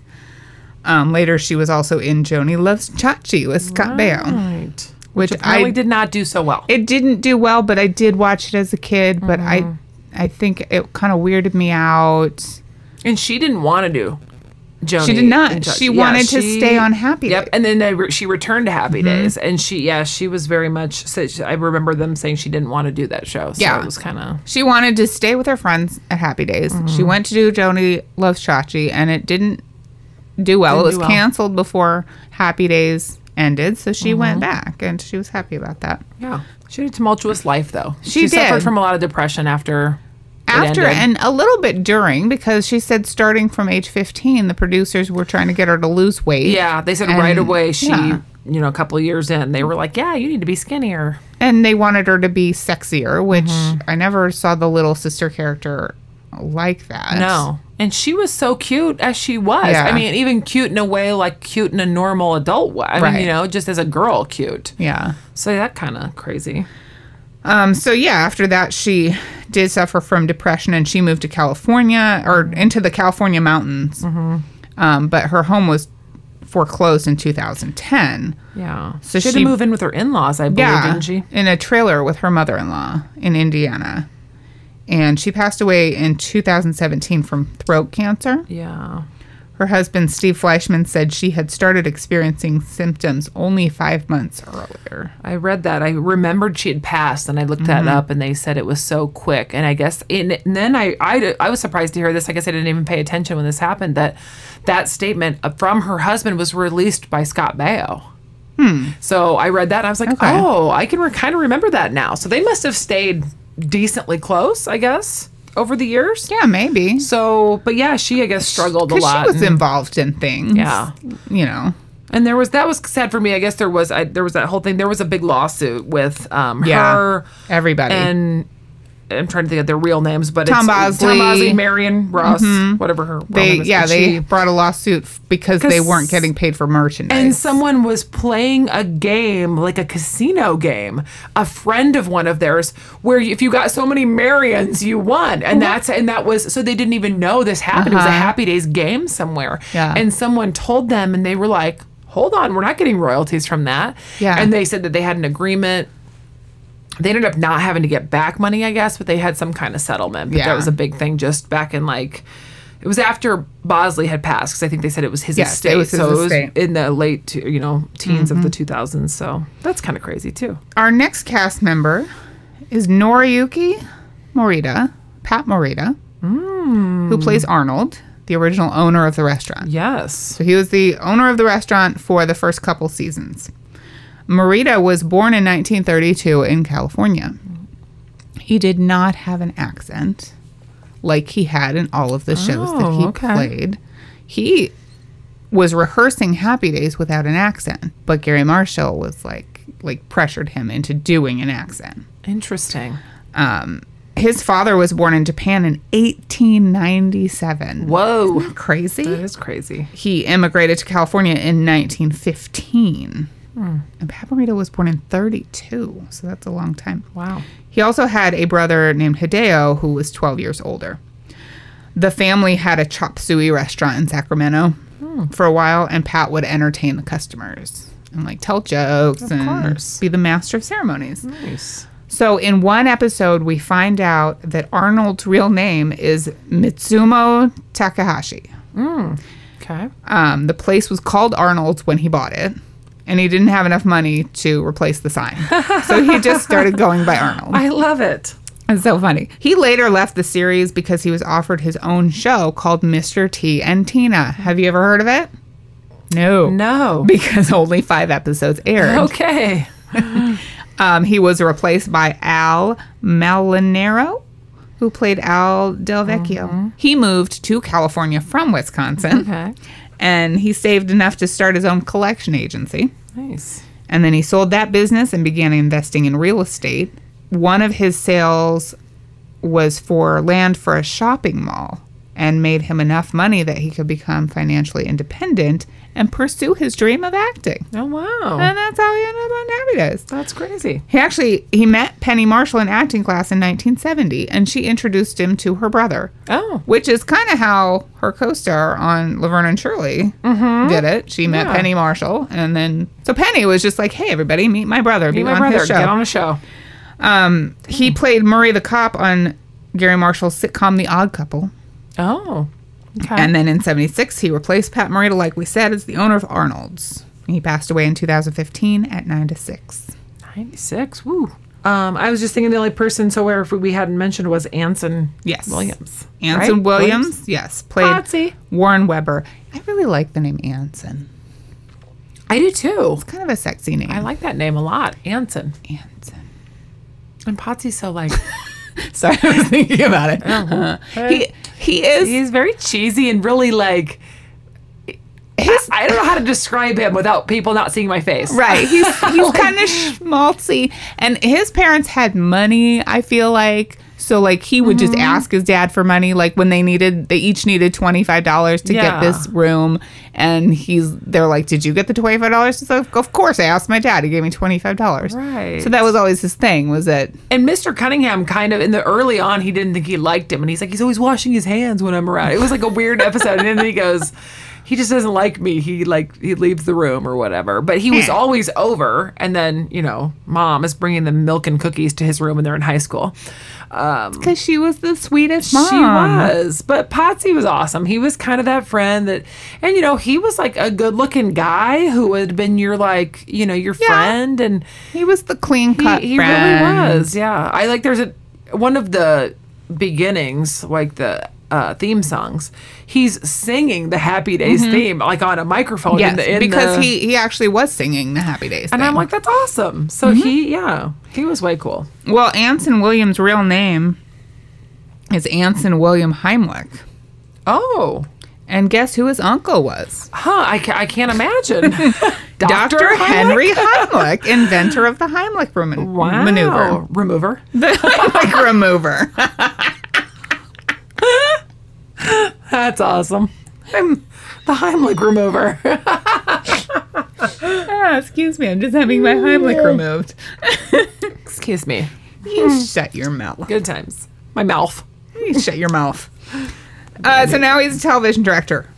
Um, later, she was also in Joni Loves Chachi with Scott Baio,
Right.
which
Really
I
did not do so well.
it didn't do well, but I did watch it as a kid. But
Mm.
I, I think it kind of weirded me out.
And she didn't want to do. Joni
She did not.
and Joni.
She wanted to stay on Happy
Yep.
Days. Mm-hmm.
And then they re- she returned to Happy Days, and she yeah she was very much. So she- I remember them saying she didn't want to do that show. So
Yeah.
it was kind of
She wanted to stay with her friends at Happy Days. She
Mm-hmm.
went to do Joni Loves Chachi, and it didn't do well.
Didn't
it was
do well.
canceled before Happy Days ended, so
Mm-hmm.
she went back, and she was happy about that.
yeah. She had a tumultuous life though.
She
suffered
did.
from a lot of depression after. it
after
ended.
and a little bit during because she said starting from age 15 the producers were trying to get her to lose weight
yeah, they said
and-
right away she
yeah.
you know a couple years in they were like yeah you need to be skinnier.
and they wanted her to be sexier which
Mm-hmm.
i never saw the little sister character like that
No. And she was so cute as she was.
Yeah.
I mean, even cute in a way like cute in a normal adult way. I mean,
Right.
you know, just as a girl, cute.
yeah
So that kind of crazy.
um so yeah after that she did suffer from depression and she moved to california or into the california mountains
Mm-hmm.
um but her home was foreclosed in 2010
Yeah. So
So
she, had
she-
to move in with her in laws, I believe, didn't she?
In a trailer with her mother in law in Indiana. And she passed away in 2017 from throat cancer.
Yeah.
Her husband, Steve Fleischman, said she had started experiencing symptoms only five months earlier.
I read that. I remembered she had passed, and I looked that
Mm-hmm.
up, and they said it was so quick. And I guess, and, and then I, I, I was surprised to hear this. I guess I didn't even pay attention when this happened. That that statement from her husband was released by Scott Baio. So I read that, and I was like,
Hmm. Okay.
oh, I can re- kind of remember that now. So they must have stayed decently close, I guess, over the years.
Yeah, maybe.
So, but yeah, she I guess struggled a
Because
lot.
she was
and-
involved in things.
Yeah.
You know.
And there was that was sad for me. I guess there was I, there was that whole thing. There was a big lawsuit with um,
Yeah.
her
Everybody.
and I'm trying to think of their real names, but
Tom
it's,
Bosley. Mm-hmm.
Tom Bosley, Marion Ross, whatever her real
they
name is.
yeah,
And
they
she-
brought a lawsuit f- because they
'Cause-
weren't getting paid for merchandise.
and someone was playing a game like a casino game, a friend of one of theirs, where if you got so many Marions, you won, and that's and that was so they didn't even know this happened. It was a Happy Days game somewhere,
Uh-huh. Yeah.
and someone told them, and they were like. hold on, we're not getting royalties from that.
Yeah.
And they said that they had an agreement. They ended up not having to get back money, I guess, but they had some kind of settlement. But
Yeah.
that was a big thing just back in like, it was after Bosley had passed because I think they said it was his
Yes, it
estate.
was his
so
estate.
it was in the Mm-hmm. late, to, you know, teens of the 2000s. So that's kind of crazy too.
Our next cast member is Noriyuki Morita, Pat Morita, who plays Arnold, the original owner of the restaurant.
Yes.
So he was the owner of the restaurant for the first couple seasons. Morita was born in 1932 in California. He did not have an accent like he had in all of the shows that
Oh,
he
okay.
played. He was rehearsing Happy Days without an accent, but Gary Marshall was like like pressured him into doing an accent.
Interesting.
Um, his father was born in Japan in 1897.
Whoa.
Crazy
That is crazy.
he immigrated to California in 1915. And Paparito was born in 32, so that's a long time.
Wow.
He also had a brother named Hideo who was 12 years older. The family had a chop suey restaurant in Sacramento for a while, and Pat would entertain the customers and like tell jokes and
course.
be the master of ceremonies.
Nice.
So, in one episode, we find out that Arnold's real name is Mitsumo Takahashi.
Okay.
Um, the place was called Arnold's when he bought it, and he didn't have enough money to replace the sign. so he just started going by Arnold.
I love it.
It's so funny. He later left the series because he was offered his own show called Mr. T and Tina. Have you ever heard of it? No. Oh.
No.
Because only five episodes aired.
Okay.
Um, he was replaced by Al Malinero, who played Al Del Vecchio. He moved to California from Wisconsin,
Okay.
and he saved enough to start his own collection agency.
Nice.
And then he sold that business and began investing in real estate. One of his sales was for land for a shopping mall and made him enough money that he could become financially independent and pursue his dream of acting.
Oh wow.
And that's how he ended up on Happy Days.
That's crazy.
He actually he met Penny Marshall in acting class in 1970, and she introduced him to her brother,
Oh.
which is kind of how her co-star on Laverne and Shirley did it. She met
Mm-hmm. Yeah.
Penny Marshall, and then so Penny was just like, "Hey, everybody, meet my brother.
Me
be
and my
on
brother
his show."
get on a show.
um, he played Murray the cop on Gary Marshall's sitcom The Odd Couple.
Oh. Okay.
And then in 76, he replaced Pat Morita, like we said, as the owner of Arnold's. He passed away in 2015 at 9 to 6.
96. Woo. Um, I was just thinking the only person so where if we hadn't mentioned was Anson
Yes.
Williams.
Anson
right?
Williams, yes, played
Patsy.
Warren Weber. I really like the name Anson.
I do too.
Kind of a sexy name.
I like that name a lot. Anson.
Anson.
And Patsy's so like
Sorry, I was thinking about it.
Oh,
he he is
he's very cheesy and really like
his,
I don't know how to describe him without people not seeing my face.
right. He's he's kind of schmaltzy, and his parents had money. I feel like. So like he would
Mm-hmm.
just ask his dad for money like when they needed they each needed $25 to
Yeah.
get this room and he's they're like did you get the $25? He's like of course I asked my dad he gave me $25.
Right.
So that was always his thing was that
And Mr. Cunningham kind of in the early on, he didn't think he liked him. And he's like, he's always washing his hands when I'm around. It was like a weird episode. and then he goes, he just doesn't like me. He like, he leaves the room or whatever. But he was always over. And then, you know, mom is bringing the milk and cookies to his room and they're in high school. Um,
Because she was the sweetest mom.
she was. But Potsy was awesome. He was kind of that friend that, and you know, he was like a good looking guy who had been your like, you know, your friend. And,
He was the clean cut
he, he
friend.
really was yeah i like there's a one of the beginnings like the uh, theme songs he's singing the happy days theme like on a microphone
Mm-hmm.
in
Yes,
the, in
because
the-
he he actually was singing the Happy Days.
and
thing.
i'm like that's awesome so
Mm-hmm.
he yeah he was way cool
well, Anson Williams' real name is Anson William Heimlich,
oh
and guess who his uncle was?
huh i, ca- I can't imagine
Dr.
Dr.
Henry Heimlich, inventor of the Heimlich rem-
Wow.
maneuver,
remover
the Heimlich remover.
that's awesome I'm the heimlich remover
Ah, excuse me, I'm just having my Heimlich removed.
excuse me
you shut your mouth.
good times my mouth
You shut your mouth. Uh, so now he's a television director.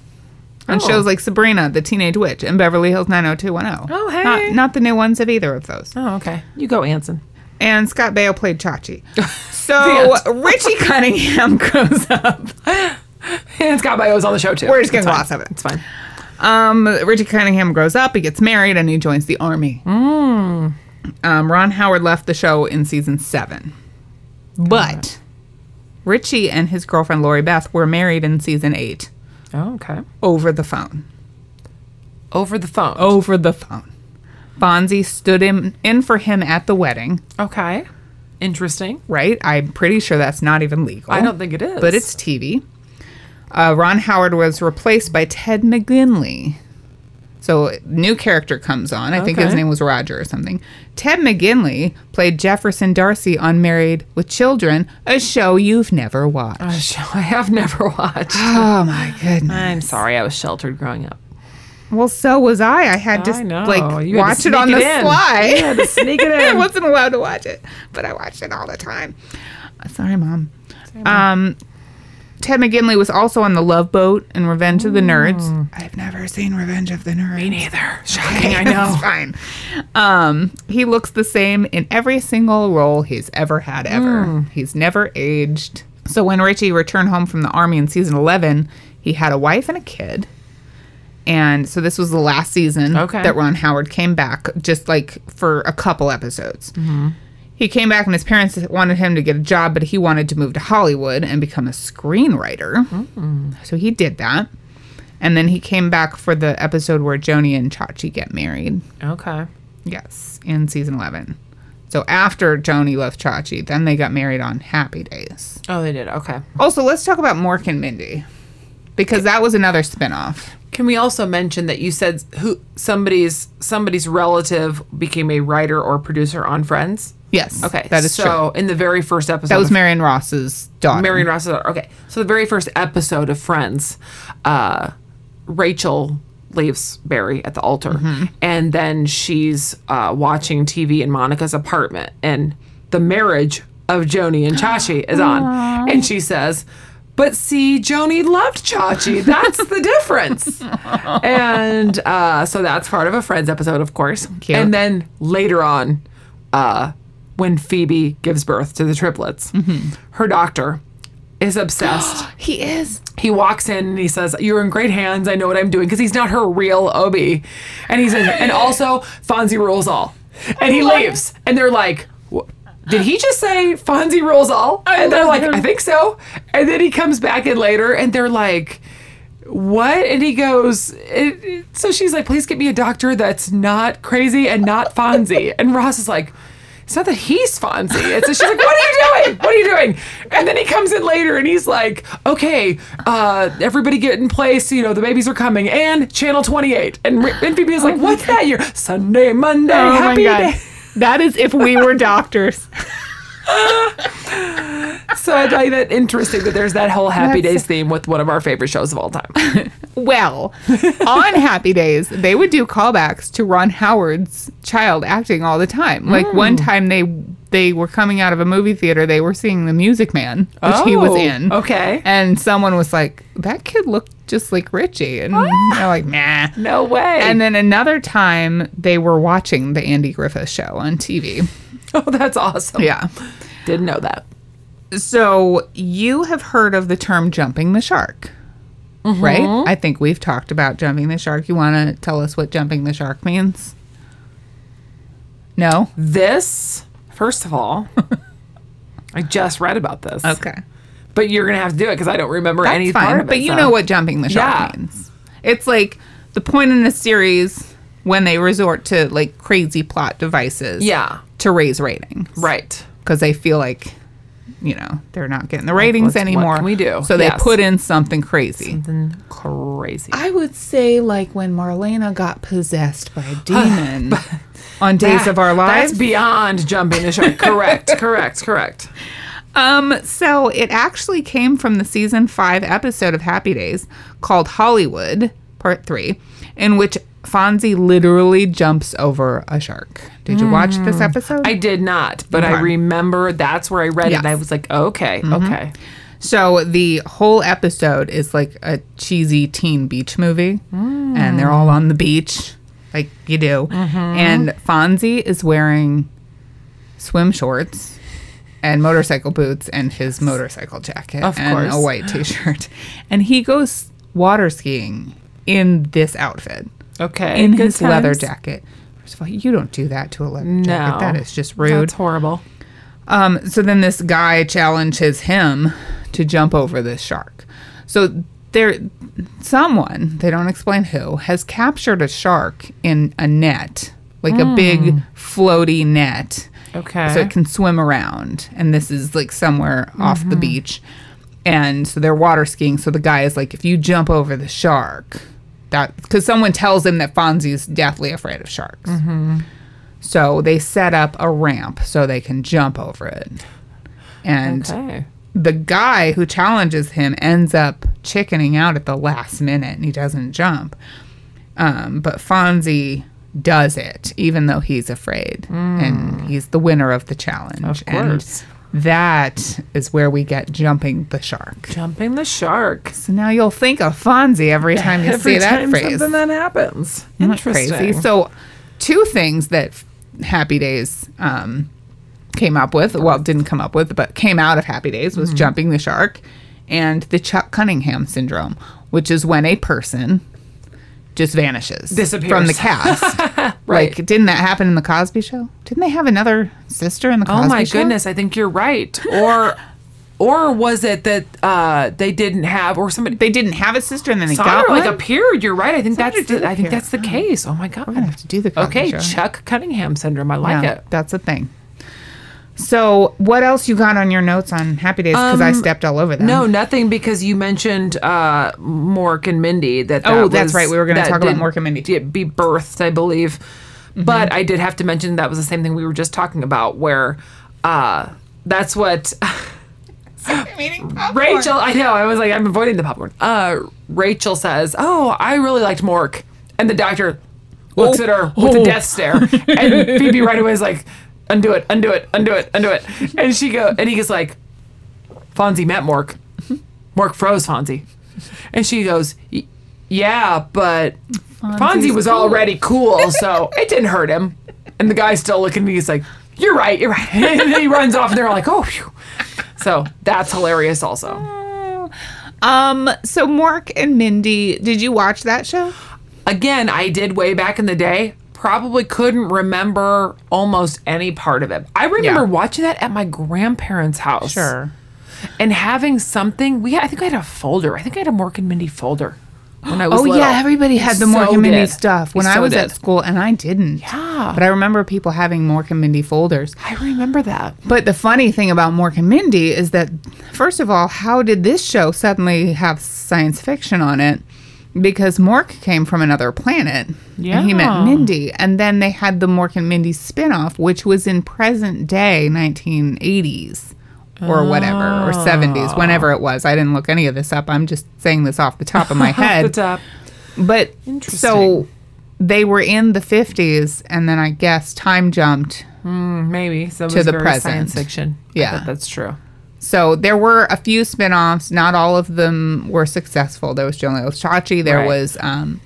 on
Oh.
shows like Sabrina, The Teenage Witch, and Beverly Hills 90210.
Oh, hey.
Not, not the new ones of either of those.
Oh, okay. You go, Anson.
And Scott Baio played Chachi. So Richie Cunningham grows up.
And Scott Baio's on the show too.
We're just gonna
It's fine.
gloss over it.
It's fine.
Um, Richie Cunningham grows up, he gets married, and he joins the army.
Hmm.
Um, Ron Howard left the show in season seven. But Richie and his girlfriend Lori Beth were married in season eight
Oh, okay.
over the phone.
Over the phone.
Over the phone. Bonzi stood in, in for him at the wedding,
Okay. Interesting.
right? I'm pretty sure that's not even legal.
I don't think it is.
But it's TV. Uh, Ron Howard was replaced by Ted McGinley. So new character comes on. I think his
Okay.
name was Roger or something. Ted McGinley played Jefferson Darcy on Married with Children, a show you've never watched.
a show I have never watched.
oh my goodness.
I'm sorry, I was sheltered growing up.
Well, so was I. I had to
I know.
like
You had to
watch it
sneak
on the
it in.
fly.
You had to sneak it
I
in.
wasn't allowed to watch it, but I watched it all the time. Uh, Sorry, mom. Um, Ted McGinley was also on The Love Boat and Revenge of the Nerds. I've never seen Revenge of the Nerds. Me
Neither. Shocking, I know.
it's fine. Um, he looks the same in every single role he's ever had ever.
Hmm.
He's never aged. So when Richie returned home from the army in season 11, he had a wife and a kid. And so this was the last season
Okay.
that Ron Howard came back, just like for a couple episodes. He came back and his parents wanted him to get a job, but he wanted to move to Hollywood and become a screenwriter.
Mm.
So he did that. And then he came back for the episode where Joni and Chachi get married.
Okay.
Yes, in season 11. So after Joni left Chachi, then they got married on Happy Days.
Oh, they did. Okay.
Also, let's talk about Mork and Mindy because that was another spinoff.
Can we also mention that you said who somebody's somebody's relative became a writer or producer on Friends?
Yes.
Okay,
That is true.
so in the very first episode,
That was
of
Marion Ross's daughter.
Marion Ross's daughter. Okay, so the very first episode of Friends, uh, Rachel leaves Barry at the altar, and then she's uh, watching TV in Monica's apartment, and the marriage of Joni and Chachi is on, and she says. But see, Joni loved Chachi. That's the difference. and uh, so that's part of a Friends episode, of course.
Cute.
And then later on, uh, when Phoebe gives birth to the triplets, her doctor is obsessed.
He is.
he walks in and he says, "You're in great hands. I know what I'm doing." Because he's not her real OB, and he's in, and also Fonzie rules all, and he leaves, and they're like. "Wh- Did he just say Fonzie rules all? And they're like, I think so. And then he comes back in later and they're like, what? And he goes, it, it- so she's like, please get me a doctor that's not crazy and not Fonzie. And Ross is like, it's not that he's Fonzie. It's that she's like, what are you doing? What are you doing? And then he comes in later and he's like, okay, uh, everybody get in place. You know, the babies are coming and channel 28. And, R- and Phoebe is like, what's that year? Sunday, Monday,
Oh
happy
my God.
day.
That is if we were doctors.
So I find that interesting that there's that whole happy
That's-
days theme with one of our favorite shows of all time.
Well, on Happy Days, they would do callbacks to Ron Howard's child acting all the time. Like one time they they were coming out of a movie theater, they were seeing The Music Man, which he was
Oh,
in.
okay.
And someone was like, "That kid looked just like Richie." And they're like, "Nah."
No way.
And then another time they were watching the Andy Griffith show on TV.
oh, that's awesome.
Yeah.
Didn't know that.
So you have heard of the term jumping the shark, right?
Mm-hmm.
I think we've talked about jumping the shark. You want to tell us what jumping the shark means? No.
This, first of all, I just read about this.
Okay.
But you're gonna have to do it because I don't remember
That's
any
fine.
part of it.
but you
so.
know what jumping the shark
Yeah.
means? It's like the point in the series when they resort to like crazy plot devices.
Yeah.
To raise ratings.
Right.
because they feel like you know they're not getting the ratings
what's- what
anymore.
can we do?
So they
Yes.
put in something crazy.
Crazy.
I would say like when Marlena got possessed by a demon on Days
That-
of Our
That's
Lives.
beyond jumping the shark. correct. Correct. Correct.
um, so it actually came from the season five episode of Happy Days called Hollywood Part Three, in which Fonzie literally jumps over a shark. Did you watch this episode?
I did not, but I
Okay.
remember that's where I read it.
Yes. Mm-hmm.
And I was like, okay, okay.
So the whole episode is like a cheesy teen beach movie, and they're all on the beach, like you do.
Mm-hmm.
And Fonzie is wearing swim shorts and motorcycle boots and his motorcycle jacket
Of
and a
course.
white t-shirt, and he goes water skiing in this outfit
Okay.
in
good
his leather
times.
jacket. First of all, you don't do that to a leather
No.
jacket. That is just rude.
That's horrible.
Um, so then this guy challenges him to jump over this shark. So there, someone they don't explain who has captured a shark in a net, like a big floaty net,
Okay.
so it can swim around. And this is like somewhere off the
Mm-hmm.
beach, and so they're water skiing. So the guy is like, if you jump over the shark, that because someone tells him that Fonzie's deathly afraid of sharks.
Mm-hmm.
So they set up a ramp so they can jump over it. And
okay.
the guy who challenges him ends up chickening out at the last minute and he doesn't jump. Um, but Fonzie does it, even though he's afraid. And he's the winner Hmm. of the challenge.
Of course.
And that is where we get jumping the shark.
Jumping the shark.
So now you'll think of Fonzie every time you
Every
see that
time
phrase.
something that happens.
Isn't that
Interesting.
Crazy. So, two things that F- Happy Days um, came up with, well, didn't come up with, but came out of Happy Days was
Mm-hmm.
jumping the shark and the Chuck Cunningham syndrome, which is when a person just vanishes from the
Disappears.
cast.
Right.
Like, didn't that happen in the Cosby Show? Didn't they have another sister in the Cosby
Oh my
Show?
goodness, I think you're right. Or or was it that uh, they didn't have or somebody
They didn't have a sister, and then they
Sandra,
got
like
one?
appeared. You're right. I think
Sandra
that's
did
the, I think
appear.
that's the case. Oh my god.
gonna have to do the Cosby
Okay,
Show.
Chuck Cunningham syndrome. I like
Yeah,
it.
That's a thing. So, what else you got on your notes on Happy Days? Because
Um,
I stepped all over them.
No, nothing because you mentioned uh, Mork and Mindy. That, that
Oh, that's
was-
right, we were gonna
that
talk about
did-
Mork and Mindy. Mm-hmm.
Did be birthed, I believe. But I did have to mention that was the same thing we were just talking about, where uh, that's what Rachel. I know. I was like, I'm avoiding the popcorn. Uh, Rachel says, "Oh, I really liked Mork," and the doctor looks
Oh,
at her with
oh.
a death stare, and Phoebe right away is like, "Undo it, undo it, undo it, undo it," and she go, and he gets like, "Fonzie met Mork. Mork froze Fonzie," and she goes, "Y- "Yeah, but Fonzie
Fonzie's
was
cool."
already cool, so it didn't hurt him." And the guy's still looking at me. He's like, "You're right, you're right," and then he runs off, and they're like, "Oh." Phew. So that's hilarious, also.
Um. So, Mork and Mindy, did you watch that show?
again, I did way back in the day. Probably couldn't remember almost any part of it. I remember
Yeah.
watching that at my grandparents' house. And having something. We I think I had a folder. I think I had a Mork and Mindy folder when I was
Oh
little.
yeah, everybody had the
So
Mork and Mindy
did.
stuff when I
So
was
did.
at school, and I didn't.
Yeah.
But I remember people having Mork and Mindy folders.
I remember that.
But the funny thing about Mork and Mindy is that, first of all, how did this show suddenly have science fiction on it? Because Mork came from another planet. And he
Yeah.
met Mindy. And then they had the Mork and Mindy spinoff, which was in present day 1980s or whatever, or 70s, whenever it was. I didn't look any of this up. I'm just saying this off the top of my head.
Good job.
But so
Interesting.
they were in the 50s, and then I guess time jumped
Mm, maybe. So it
To
was
the
very
present.
science fiction. I
Yeah.
bet that's true.
So there were a few spin-offs. Not all of them were successful. There was Jolene Osachi. There
Right.
was um,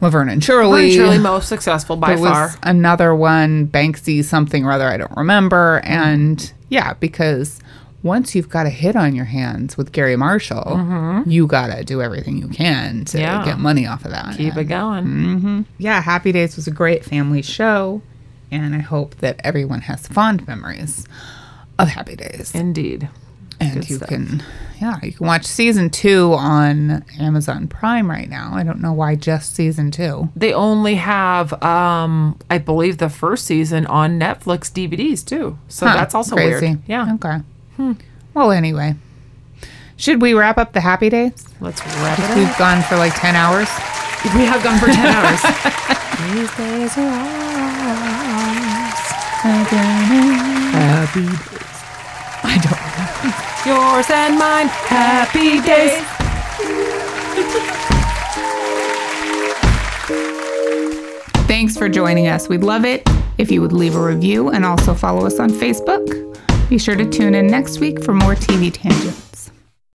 Laverne and
Pretty
Shirley.
surely most successful by
there was
far.
another one, Banksy something or other. I don't remember. And yeah, because once you've got a hit on your hands with Gary Marshall, you gotta do everything you can to
Mm-hmm. Yeah.
get money off of that.
Keep it going.
Mm. yeah, Happy Days was a great family show, and I hope that everyone has fond memories of Happy Days
Indeed.
and
Good
you
stuff.
can yeah you can watch season two on amazon prime right now i don't know why just season two
They only have, um, I believe, the first season on Netflix DVDs too. So
Huh,
Oh, that's also weird. Yeah. Hmm.
okay well anyway should we wrap up the happy days
Let's wrap it
we've gone for like 10 hours
up. We have gone for 10 hours. These days are ours. Happy days.
i don't know
Yours and mine. Happy days.
thanks for joining us we'd love it if you would leave a review and also follow us on facebook Be sure to tune in next week for more TV Tangent.